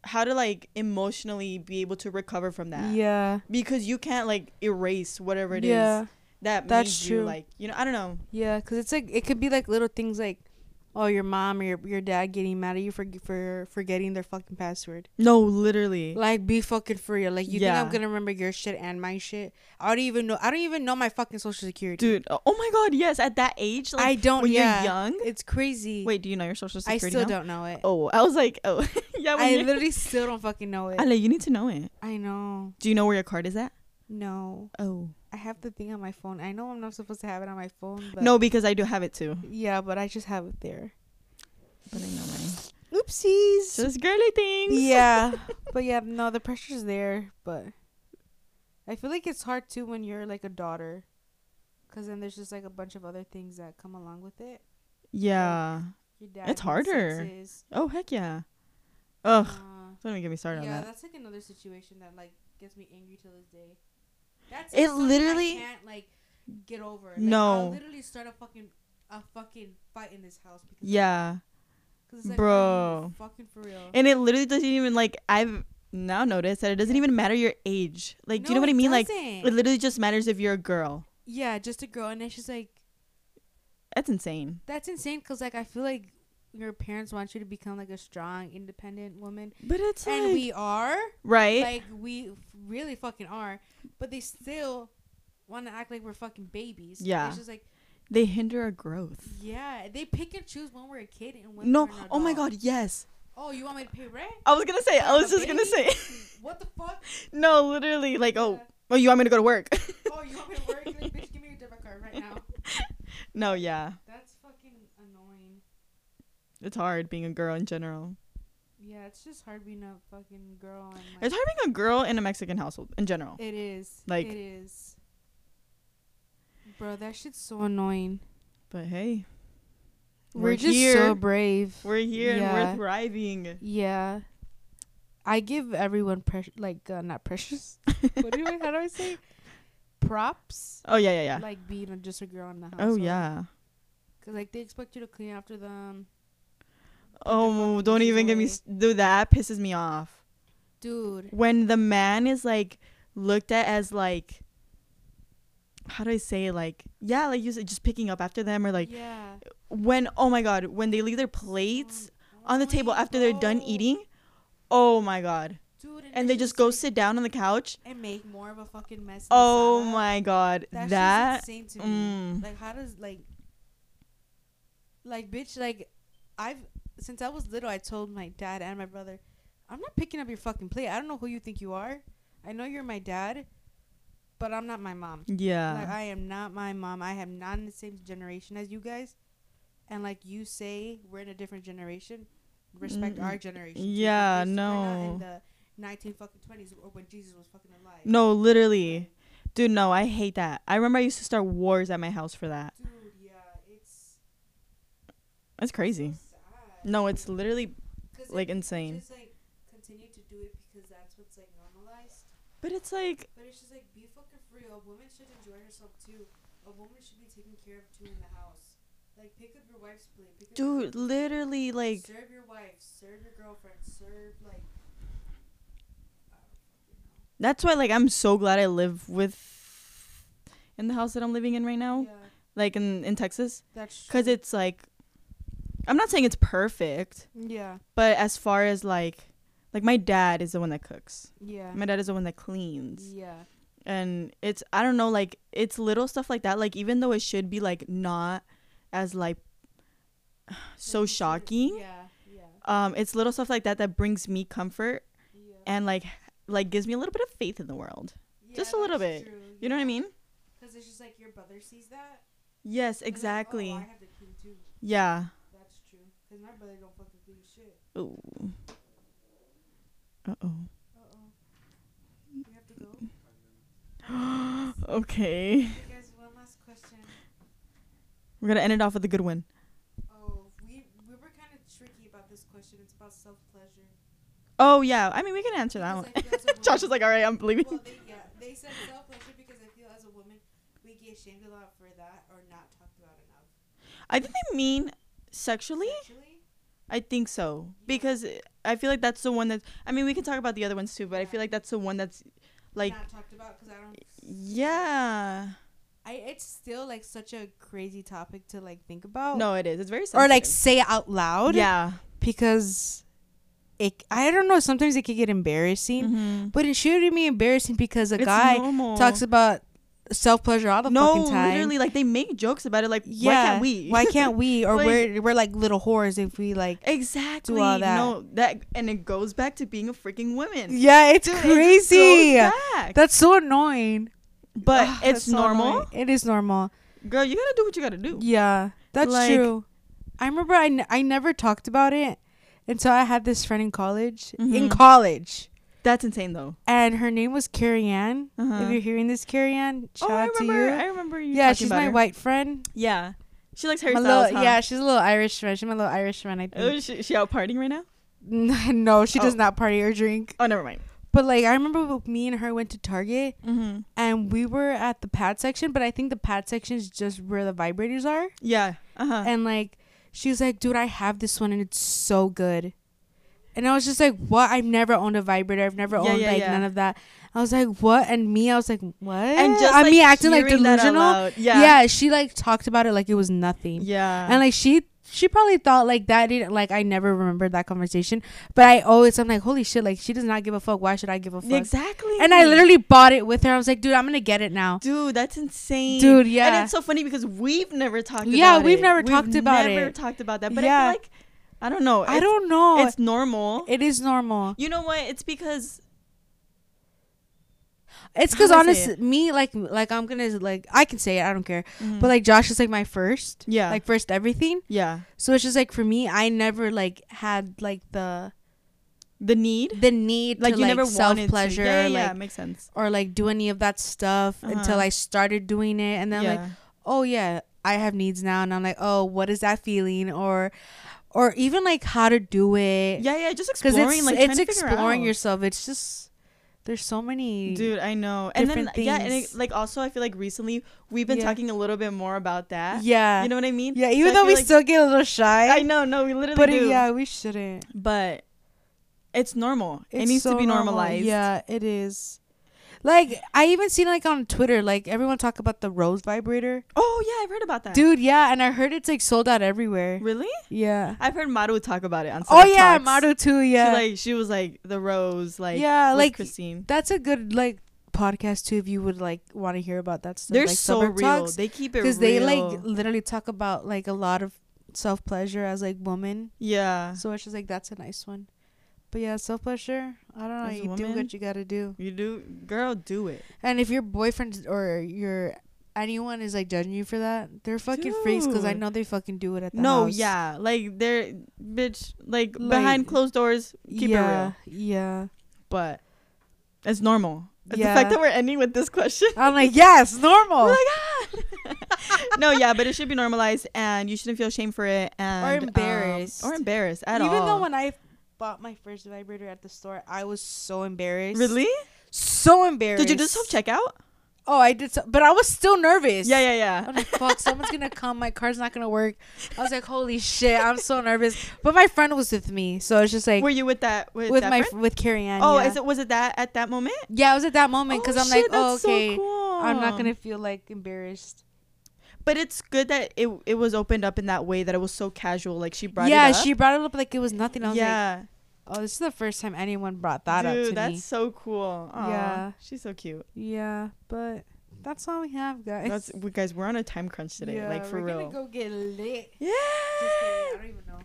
Speaker 2: how to like emotionally be able to recover from that.
Speaker 1: Yeah.
Speaker 2: Because you can't like erase whatever it is
Speaker 1: Yeah.
Speaker 2: that
Speaker 1: that's
Speaker 2: made you
Speaker 1: true.
Speaker 2: like you know I don't know.
Speaker 1: Yeah, cuz it's like it could be like little things like oh your mom or your, your dad getting mad at you for for forgetting their fucking password.
Speaker 2: No, literally.
Speaker 1: Like be fucking for real. Like you think
Speaker 2: Yeah.
Speaker 1: I'm gonna remember your shit and my shit? I don't even know. I don't even know my fucking social security.
Speaker 2: Dude, oh oh my god, yes, at that age, like
Speaker 1: I don't.
Speaker 2: when
Speaker 1: Oh, yeah.
Speaker 2: you're young.
Speaker 1: it's crazy.
Speaker 2: Wait, do you know your social
Speaker 1: I
Speaker 2: security?
Speaker 1: still
Speaker 2: now?
Speaker 1: don't know it.
Speaker 2: Oh, I was like, oh, yeah. When
Speaker 1: I
Speaker 2: you're-
Speaker 1: literally still don't fucking know it.
Speaker 2: Ale, you need to know it.
Speaker 1: I know.
Speaker 2: Do you know where your card is at?
Speaker 1: No,
Speaker 2: Oh,
Speaker 1: I have the thing on my phone. I know I'm not supposed to have it on my phone, but
Speaker 2: no, because I do have it too.
Speaker 1: yeah, but I just have it there.
Speaker 2: But I know mine.
Speaker 1: Oopsies.
Speaker 2: Just girly things.
Speaker 1: yeah, but yeah, no, the pressure's there, but I feel like it's hard too when you're like a daughter, because then there's just like a bunch of other things that come along with it.
Speaker 2: Yeah.
Speaker 1: Your dad
Speaker 2: It's
Speaker 1: being
Speaker 2: harder.
Speaker 1: sexist,
Speaker 2: Oh heck yeah. Ugh.
Speaker 1: uh,
Speaker 2: Don't even get me started
Speaker 3: yeah,
Speaker 2: on that.
Speaker 3: that's like another situation that like gets me angry till this day. That's
Speaker 2: It
Speaker 3: just something
Speaker 2: literally-
Speaker 3: I can't like get over. Like,
Speaker 2: No.
Speaker 3: I'll literally start a fucking a fucking fight in this house because
Speaker 2: Yeah.
Speaker 3: 'cause it's like,
Speaker 2: Bro.
Speaker 3: are you fucking for real.
Speaker 2: And it literally doesn't even like I've now noticed that it doesn't even matter your age. Like, do you know
Speaker 1: No,
Speaker 2: what I
Speaker 1: it
Speaker 2: mean? Like,
Speaker 1: doesn't.
Speaker 2: it literally just matters if you're a girl.
Speaker 1: yeah, just a girl, and then she's like,
Speaker 2: That's insane.
Speaker 1: that's insane, because like I feel like your parents want you to become like a strong, independent woman,
Speaker 2: But it's
Speaker 1: and we are,
Speaker 2: right.
Speaker 1: like we really fucking are, but they still want to act like we're fucking babies.
Speaker 2: Yeah.
Speaker 1: it's just like
Speaker 2: they hinder our growth.
Speaker 3: yeah, they pick and choose when we're a kid and when
Speaker 2: No.
Speaker 3: we're an
Speaker 2: Oh my
Speaker 3: adult.
Speaker 2: God. Yes.
Speaker 3: Oh, you want me to pay rent?
Speaker 2: I was gonna say. I was
Speaker 3: a
Speaker 2: just gonna say.
Speaker 3: baby? What the fuck?
Speaker 2: no. Literally. Like. Oh. Oh. You want me to go to work?
Speaker 3: Oh, you want me to work? Like, bitch, give me your debit card right now.
Speaker 2: no. Yeah.
Speaker 3: That's fucking annoying.
Speaker 2: It's hard being a girl in general.
Speaker 3: Yeah, it's just hard being a fucking girl and like
Speaker 2: It's hard being a girl in a Mexican household in general.
Speaker 3: It is.
Speaker 2: Like-
Speaker 3: it is. Bro, that shit's so annoying.
Speaker 2: But hey,
Speaker 1: we're,
Speaker 2: We're
Speaker 1: just
Speaker 2: here.
Speaker 1: so brave.
Speaker 2: we're here
Speaker 1: Yeah.
Speaker 2: and we're thriving.
Speaker 1: yeah, I give everyone pressure, like uh, not precious. what do I? How do I say? Props.
Speaker 2: Oh yeah, yeah, yeah.
Speaker 1: Like being a, just a girl in the house.
Speaker 2: oh yeah.
Speaker 3: Cause like they expect you to clean after them,
Speaker 2: Oh,
Speaker 3: fucking
Speaker 2: don't
Speaker 3: dishes
Speaker 2: even get me
Speaker 3: away.
Speaker 2: s- do that. Pisses me off.
Speaker 3: dude.
Speaker 2: When the man is like looked at as like, how do I say it? like yeah, like you said, just picking up after them or like
Speaker 3: yeah.
Speaker 2: when oh my god when they leave their plates on the
Speaker 3: Annoying,
Speaker 2: table after they're done
Speaker 3: bro.
Speaker 2: eating. Oh my god.
Speaker 3: Dude,
Speaker 2: And they
Speaker 3: that's
Speaker 2: just go
Speaker 3: like-
Speaker 2: sit down on the couch.
Speaker 3: and make more of a fucking mess. in the
Speaker 2: Oh
Speaker 3: salad.
Speaker 2: my god.
Speaker 3: That's
Speaker 2: That.
Speaker 3: insane to me.
Speaker 2: Mm,
Speaker 3: Like how does like like bitch like I've since I was little I told my dad and my brother I'm not picking up your fucking plate. I don't know who you think you are. I know you're my dad, but I'm not my mom. Like
Speaker 2: yeah.
Speaker 3: I am not my mom. I am not in the same generation as you guys. And like you say we're in a different generation. Respect
Speaker 2: Mm,
Speaker 3: our generation. too,
Speaker 2: yeah,
Speaker 3: because We're not
Speaker 2: no.
Speaker 3: in the 19 fucking 20s or when Jesus was fucking alive.
Speaker 2: No, literally. Dude, no, I hate that. I remember I used to start wars at my house for that.
Speaker 3: Dude, yeah, it's
Speaker 2: That's crazy.
Speaker 3: so sad.
Speaker 2: No, it's literally
Speaker 3: 'Cause
Speaker 2: like
Speaker 3: it-
Speaker 2: insane.
Speaker 3: Just like continue to do it because that's what's like normalized.
Speaker 2: But it's like,
Speaker 3: But it's just like be fucking free. A woman should enjoy herself too. A woman should be taken care of too in the house. Like pick up your wife's plate. Pick up your
Speaker 2: dude, literally, like,
Speaker 3: serve your wife, serve your girlfriend, serve like.
Speaker 2: that's why, like, I'm so glad I live with in the house that I'm living in right now,
Speaker 3: Yeah,
Speaker 2: like in in Texas,
Speaker 3: that's
Speaker 2: because it's like, I'm not saying it's perfect,
Speaker 3: yeah.
Speaker 2: but as far as like Like my dad is the one that cooks.
Speaker 3: Yeah.
Speaker 2: My dad is the one that cleans.
Speaker 3: Yeah.
Speaker 2: And it's I don't know like it's little stuff like that like even though it should be like not as like so
Speaker 3: Like,
Speaker 2: shocking.
Speaker 3: Yeah. Yeah.
Speaker 2: Um it's little stuff like that that brings me comfort
Speaker 3: Yeah.
Speaker 2: and like like gives me a little bit of faith in the world. just a little bit. You know what I mean?
Speaker 3: Because it's just like your brother sees that.
Speaker 2: Yes,
Speaker 3: and they're like, "Oh,
Speaker 2: exactly.
Speaker 3: I have to clean too.
Speaker 2: Yeah.
Speaker 3: That's true. Because my brother don't fucking clean shit.
Speaker 2: Ooh. Uh-oh.
Speaker 3: Uh oh. You have to go.
Speaker 2: Okay.
Speaker 3: Hey guys, one last question.
Speaker 2: We're going to end it off with a good one.
Speaker 3: Oh, we we were kind of tricky about this question. It's about self pleasure.
Speaker 2: Oh yeah, I mean we can answer that one.
Speaker 3: Because I feel as a
Speaker 2: Josh
Speaker 3: woman-
Speaker 2: is like, all right, I'm
Speaker 3: Well,
Speaker 2: leaving.
Speaker 3: they, yeah, they said self pleasure because I feel as a woman we get shamed a lot for that or not talked about enough.
Speaker 2: I think they mean sexually.
Speaker 3: Actually,
Speaker 2: I think so because I feel like that's the one that. I mean, we can talk about the other ones too, but
Speaker 3: Yeah.
Speaker 2: I feel like that's the one that's like,
Speaker 3: not talked about because I don't.
Speaker 2: yeah.
Speaker 3: I it's still like such a crazy topic to like think about.
Speaker 2: No, it is. It's very sensitive.
Speaker 3: Oh. Or like say out loud.
Speaker 2: yeah.
Speaker 3: Because it I don't know. Sometimes it could get embarrassing.
Speaker 2: Mhm.
Speaker 3: But it shouldn't be embarrassing because a
Speaker 2: It's
Speaker 3: Mm-hmm. guy
Speaker 2: normal.
Speaker 3: talks about self pleasure all the
Speaker 2: no,
Speaker 3: fucking time.
Speaker 2: literally, like they make jokes about it. Like,
Speaker 3: Yeah.
Speaker 2: why can't we?
Speaker 3: Why can't we? Or
Speaker 2: Like-
Speaker 3: we're we're like little whores if we like.
Speaker 2: exactly
Speaker 3: that.
Speaker 2: No, that and it goes back to being a freaking woman.
Speaker 1: Yeah, it's
Speaker 2: Dude, it just
Speaker 1: crazy.
Speaker 2: goes back.
Speaker 1: That's so annoying.
Speaker 2: but
Speaker 3: ah,
Speaker 1: Ugh, that's
Speaker 2: it's
Speaker 1: so
Speaker 2: normal,
Speaker 1: annoying. It is normal.
Speaker 2: girl. You gotta do what you gotta do.
Speaker 1: Yeah, that's
Speaker 2: Like-
Speaker 1: true. I remember I, n- I never talked about it until I had this friend in college. In
Speaker 2: Mhm.
Speaker 1: college.
Speaker 2: That's insane, though.
Speaker 1: And her name was Carrie Ann.
Speaker 2: Uh-huh.
Speaker 1: If you're hearing this, Carrie Ann, shout
Speaker 2: oh, I
Speaker 1: out to
Speaker 2: remember.
Speaker 1: you.
Speaker 2: I remember you.
Speaker 1: yeah,
Speaker 2: talking
Speaker 1: she's
Speaker 2: about
Speaker 1: my
Speaker 2: her.
Speaker 1: white friend.
Speaker 2: Yeah, she likes
Speaker 1: My
Speaker 2: hairstyles.
Speaker 1: little,
Speaker 2: huh?
Speaker 1: Yeah, she's a little Irish friend. She's my little Irish friend, I think.
Speaker 2: Oh, she, she out partying right now?
Speaker 1: no, she does
Speaker 2: Oh.
Speaker 1: not party or drink.
Speaker 2: Oh, never mind.
Speaker 1: But like, I remember when me and her went to Target
Speaker 2: Mm-hmm.
Speaker 1: and we were at the pad section, but I think the pad section is just where the vibrators are.
Speaker 2: Yeah. Uh huh.
Speaker 1: And like, she was like, dude, I have this one and it's so good. And I was just like, what? I've never owned a vibrator. I've never
Speaker 2: Yeah,
Speaker 1: owned
Speaker 2: yeah,
Speaker 1: like
Speaker 2: yeah.
Speaker 1: none of that. I was like, what? And me, I was like, what?
Speaker 2: And just
Speaker 1: eh, I
Speaker 2: like,
Speaker 1: mean, acting like
Speaker 2: hearing that out
Speaker 1: delusional.
Speaker 2: loud.
Speaker 1: Yeah.
Speaker 2: Yeah. Yeah.
Speaker 1: she like talked about it like it was nothing.
Speaker 2: Yeah.
Speaker 1: And like she she probably thought like that didn't like I never remembered that conversation. But I always I'm like, holy shit, like she does not give a fuck. Why should I give a fuck?
Speaker 2: exactly.
Speaker 1: And I literally bought it with her. I was like, dude, I'm gonna get it now.
Speaker 2: Dude, that's insane.
Speaker 1: Dude, yeah.
Speaker 2: And it's so funny because we've never talked
Speaker 1: Yeah,
Speaker 2: about it.
Speaker 1: we've never talked about
Speaker 2: never
Speaker 1: it.
Speaker 2: talked about that. But
Speaker 1: Yeah.
Speaker 2: I feel like, I don't know.
Speaker 1: I
Speaker 2: It's-
Speaker 1: don't know. It's,
Speaker 2: It's normal.
Speaker 1: normal.
Speaker 2: you know what? It's because,
Speaker 1: It's because
Speaker 2: How do I say
Speaker 1: honestly, me like like I'm gonna like I can say it. I don't care. But like Josh is like my first.
Speaker 2: Mm-hmm. Yeah.
Speaker 1: Like first everything.
Speaker 2: yeah.
Speaker 1: So it's just like for me, I never like had like the
Speaker 2: The need.
Speaker 1: the need
Speaker 2: Like,
Speaker 1: to
Speaker 2: you
Speaker 1: like
Speaker 2: never
Speaker 1: self
Speaker 2: wanted to.
Speaker 1: pleasure
Speaker 2: Yeah, yeah, yeah.
Speaker 1: like
Speaker 2: makes sense.
Speaker 1: or like do any of that stuff until
Speaker 2: Uh-huh.
Speaker 1: I started doing it and then
Speaker 2: yeah.
Speaker 1: like oh yeah i have needs now and i'm like oh what is that feeling or or even like how to do it
Speaker 2: yeah, yeah. Just
Speaker 1: because
Speaker 2: exploring.
Speaker 1: it's
Speaker 2: like,
Speaker 1: it's
Speaker 2: trying to figure
Speaker 1: exploring
Speaker 2: out.
Speaker 1: yourself it's just there's so many
Speaker 2: dude i know and then
Speaker 1: different
Speaker 2: yeah and it,
Speaker 1: things.
Speaker 2: like also i feel like recently we've been
Speaker 1: Yeah.
Speaker 2: talking a little bit more about that
Speaker 1: yeah
Speaker 2: you know what i mean
Speaker 1: yeah
Speaker 2: So
Speaker 1: even
Speaker 2: I
Speaker 1: though
Speaker 2: feel
Speaker 1: we
Speaker 2: like-
Speaker 1: still get a little shy
Speaker 2: i know no we literally
Speaker 1: but
Speaker 2: do
Speaker 1: yeah we shouldn't
Speaker 2: but it's normal it
Speaker 1: It's
Speaker 2: needs
Speaker 1: so
Speaker 2: to be
Speaker 1: normal.
Speaker 2: normalized
Speaker 1: yeah it is like i even seen like on twitter like everyone talk about the rose vibrator
Speaker 2: oh yeah i've heard about that
Speaker 1: dude yeah and i heard it's like sold out everywhere
Speaker 2: really
Speaker 1: yeah
Speaker 2: i've heard maru talk about it on
Speaker 1: oh yeah
Speaker 2: Talks.
Speaker 1: maru too
Speaker 2: she
Speaker 1: yeah
Speaker 2: like she was like the rose like
Speaker 1: Yeah,
Speaker 2: with
Speaker 1: like,
Speaker 2: christine
Speaker 1: that's a good like podcast too if you would like want to hear about that stuff
Speaker 2: they're
Speaker 1: like,
Speaker 2: so
Speaker 1: suburb
Speaker 2: real
Speaker 1: talks,
Speaker 2: they keep it
Speaker 1: because they like
Speaker 2: real.
Speaker 1: literally talk about like a lot of self-pleasure as like woman
Speaker 2: yeah
Speaker 1: so it's just like that's a nice one but yeah self-pleasure i don't know
Speaker 2: As a
Speaker 1: you do
Speaker 2: woman?
Speaker 1: what you gotta do
Speaker 2: you do girl do it
Speaker 1: and if your boyfriend or your anyone is like judging you for that they're fucking freaks because i
Speaker 2: Dude.
Speaker 1: know they fucking do it at the
Speaker 2: no
Speaker 1: house.
Speaker 2: yeah like they're bitch like,
Speaker 1: Like-
Speaker 2: behind closed doors keep it real
Speaker 1: yeah yeah
Speaker 2: but it's normal. It's
Speaker 1: Yeah.
Speaker 2: The fact that we're ending with this question.
Speaker 1: i'm like yes normal
Speaker 2: We're like, ah. no, yeah, but it should be normalized, and you shouldn't feel shame for it, and um,
Speaker 1: embarrassed.
Speaker 2: or embarrassed at
Speaker 1: even
Speaker 2: all.
Speaker 1: though when i bought my first vibrator at the store i was so embarrassed
Speaker 2: really,
Speaker 1: so embarrassed.
Speaker 2: did you just self checkout?
Speaker 1: Oh, I did, so, but I was still nervous.
Speaker 2: Yeah, yeah, yeah.
Speaker 1: I'm like, fuck, someone's gonna come. My car's not gonna work. I was like, holy shit, I'm so nervous. But my friend was with me, so it's just like
Speaker 2: Were you with that with,
Speaker 1: with
Speaker 2: that
Speaker 1: my
Speaker 2: friend?
Speaker 1: with Carrie Ann.
Speaker 2: oh,
Speaker 1: yeah.
Speaker 2: is it was it that at that moment?
Speaker 1: Yeah, I was at that moment because
Speaker 2: Oh,
Speaker 1: I'm like,
Speaker 2: shit,
Speaker 1: oh,
Speaker 2: that's so
Speaker 1: okay, I'm not
Speaker 2: cool.
Speaker 1: gonna feel like embarrassed.
Speaker 2: But it's good that it it was opened up in that way that it was so casual. Like she brought
Speaker 1: yeah,
Speaker 2: it up.
Speaker 1: she brought it up like it was nothing. I was like,
Speaker 2: yeah.
Speaker 1: Oh, this is the first time anyone brought that
Speaker 2: Dude,
Speaker 1: up to
Speaker 2: that's
Speaker 1: me.
Speaker 2: so cool. Aw,
Speaker 1: Yeah.
Speaker 2: she's so cute.
Speaker 1: Yeah, but that's all we have, guys.
Speaker 2: That's we guys. We're on a time crunch today,
Speaker 1: Yeah,
Speaker 2: like for
Speaker 1: we're
Speaker 2: real.
Speaker 1: Gonna go get lit.
Speaker 2: yeah,
Speaker 1: Just kidding, I don't even know.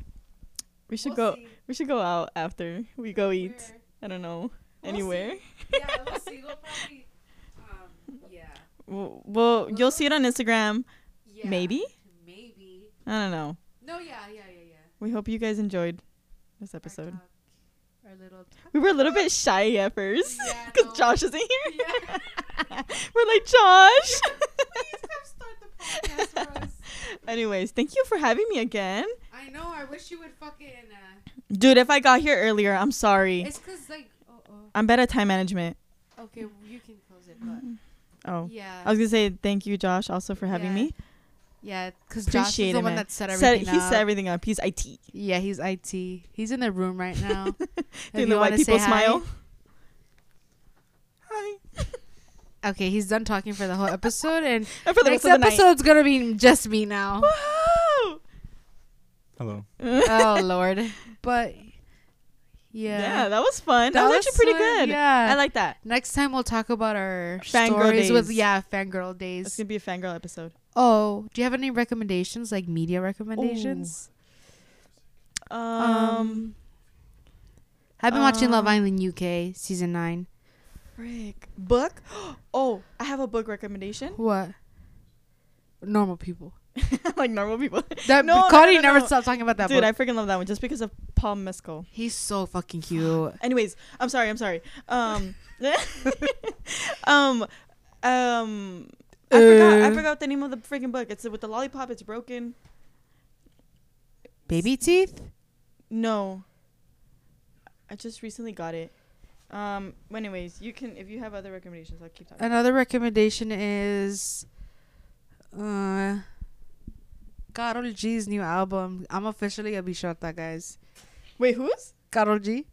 Speaker 2: we should
Speaker 1: We'll
Speaker 2: go.
Speaker 1: see.
Speaker 2: We should go out after we go eat.
Speaker 1: Where-
Speaker 2: I don't know
Speaker 1: We'll
Speaker 2: anywhere.
Speaker 1: yeah, we'll see. We'll probably. Um, yeah.
Speaker 2: Well, well, you'll see it on Instagram.
Speaker 1: yeah.
Speaker 2: Maybe?
Speaker 1: Maybe.
Speaker 2: I don't know.
Speaker 1: No. Yeah. Yeah. Yeah. Yeah.
Speaker 2: We hope you guys enjoyed this
Speaker 1: Our
Speaker 2: episode.
Speaker 1: talk, Our little.
Speaker 2: We were a little bit shy at first
Speaker 1: Yeah,
Speaker 2: because
Speaker 1: no.
Speaker 2: Josh isn't here.
Speaker 1: Yeah.
Speaker 2: We're like Josh.
Speaker 1: Please come start the podcast for us.
Speaker 2: Anyways, thank you for having me again,
Speaker 1: I know. I wish you would fucking. Uh,
Speaker 2: dude. If I got here earlier, I'm sorry.
Speaker 1: it's cause like. Oh, oh.
Speaker 2: I'm bad at time management.
Speaker 1: Okay. You can close it, but
Speaker 2: Oh,
Speaker 1: yeah.
Speaker 2: I was gonna say thank you, Josh, also for having
Speaker 1: Yeah.
Speaker 2: me.
Speaker 1: yeah, cause Josh is
Speaker 2: Appreciate
Speaker 1: the
Speaker 2: it,
Speaker 1: one
Speaker 2: man.
Speaker 1: that set
Speaker 2: Set-
Speaker 1: everything
Speaker 2: he
Speaker 1: up.
Speaker 2: set everything up. He's IT.
Speaker 1: yeah, he's IT. He's in a room right now. If you
Speaker 2: Doing the white
Speaker 1: wanna say
Speaker 2: people
Speaker 1: hi-
Speaker 2: smile. Hi.
Speaker 1: Okay, he's done talking for the whole episode, and
Speaker 2: And for the
Speaker 1: next
Speaker 2: rest of the
Speaker 1: episode's gonna be just me now.
Speaker 2: night. Woo!
Speaker 4: Hello.
Speaker 1: oh lord but
Speaker 2: Yeah.
Speaker 1: yeah,
Speaker 2: that was fun. That, was actually pretty
Speaker 1: fun,
Speaker 2: good.
Speaker 1: yeah
Speaker 2: I like that.
Speaker 1: next time we'll talk about our
Speaker 2: Fangirl
Speaker 1: stories with
Speaker 2: days.
Speaker 1: yeah fangirl days
Speaker 2: It's gonna be a fangirl episode.
Speaker 1: oh do you have any recommendations like media recommendations
Speaker 2: Um,
Speaker 1: i've been watching love
Speaker 2: um,
Speaker 1: island uk season 9
Speaker 2: frick. Book? Oh, I have a book recommendation.
Speaker 1: what normal people
Speaker 2: like normal people.
Speaker 1: that
Speaker 2: No, no,
Speaker 1: Cody
Speaker 2: no, no,
Speaker 1: never
Speaker 2: no.
Speaker 1: stopped talking about that
Speaker 2: Dude,
Speaker 1: book.
Speaker 2: I freaking love that one just because of Paul Mescal.
Speaker 1: he's so fucking cute
Speaker 2: Anyways, I'm sorry, I'm sorry. Um Um Um I forgot I
Speaker 1: Uh.
Speaker 2: forgot the name of the freaking book. It's with the lollipop, it's broken.
Speaker 1: baby teeth
Speaker 2: No. I just recently got it. Um well, anyways, you can if you have other recommendations, I'll keep talking.
Speaker 1: another recommendation is uh Carol G's new album. I'm officially a Bishota, guys.
Speaker 2: Wait, whose?
Speaker 1: Carol G.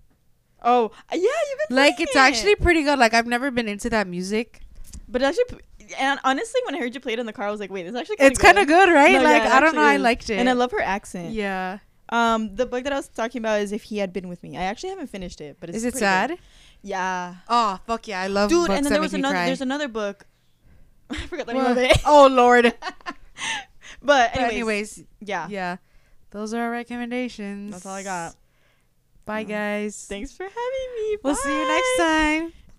Speaker 2: Oh, yeah, you've been
Speaker 1: Like
Speaker 2: playing
Speaker 1: it's
Speaker 2: it.
Speaker 1: actually pretty good. Like I've never been into that music.
Speaker 2: But it actually and honestly when I heard you play it in the car, I was like, wait, it's actually
Speaker 1: It's kind of good, right?
Speaker 2: No,
Speaker 1: like
Speaker 2: yeah, it
Speaker 1: I don't know.
Speaker 2: actually
Speaker 1: I
Speaker 2: is.
Speaker 1: liked it.
Speaker 2: And I love her accent.
Speaker 1: Yeah.
Speaker 2: Um, the book that I was talking about is if he had been with me. I actually haven't finished it, but it's
Speaker 1: is it
Speaker 2: pretty
Speaker 1: sad?
Speaker 2: good. Yeah,
Speaker 1: Oh fuck yeah! I love
Speaker 2: dude.
Speaker 1: Books
Speaker 2: And then
Speaker 1: that
Speaker 2: there was
Speaker 1: make me
Speaker 2: another.
Speaker 1: cry.
Speaker 2: There's another book. I forgot the name
Speaker 1: What?
Speaker 2: of it.
Speaker 1: oh lord.
Speaker 2: But
Speaker 1: But
Speaker 2: anyways,
Speaker 1: anyways,
Speaker 2: yeah.
Speaker 1: yeah. Those are our recommendations.
Speaker 2: That's all I got.
Speaker 1: Bye guys.
Speaker 2: Thanks for having me.
Speaker 1: We'll see you next
Speaker 2: Bye.
Speaker 1: time.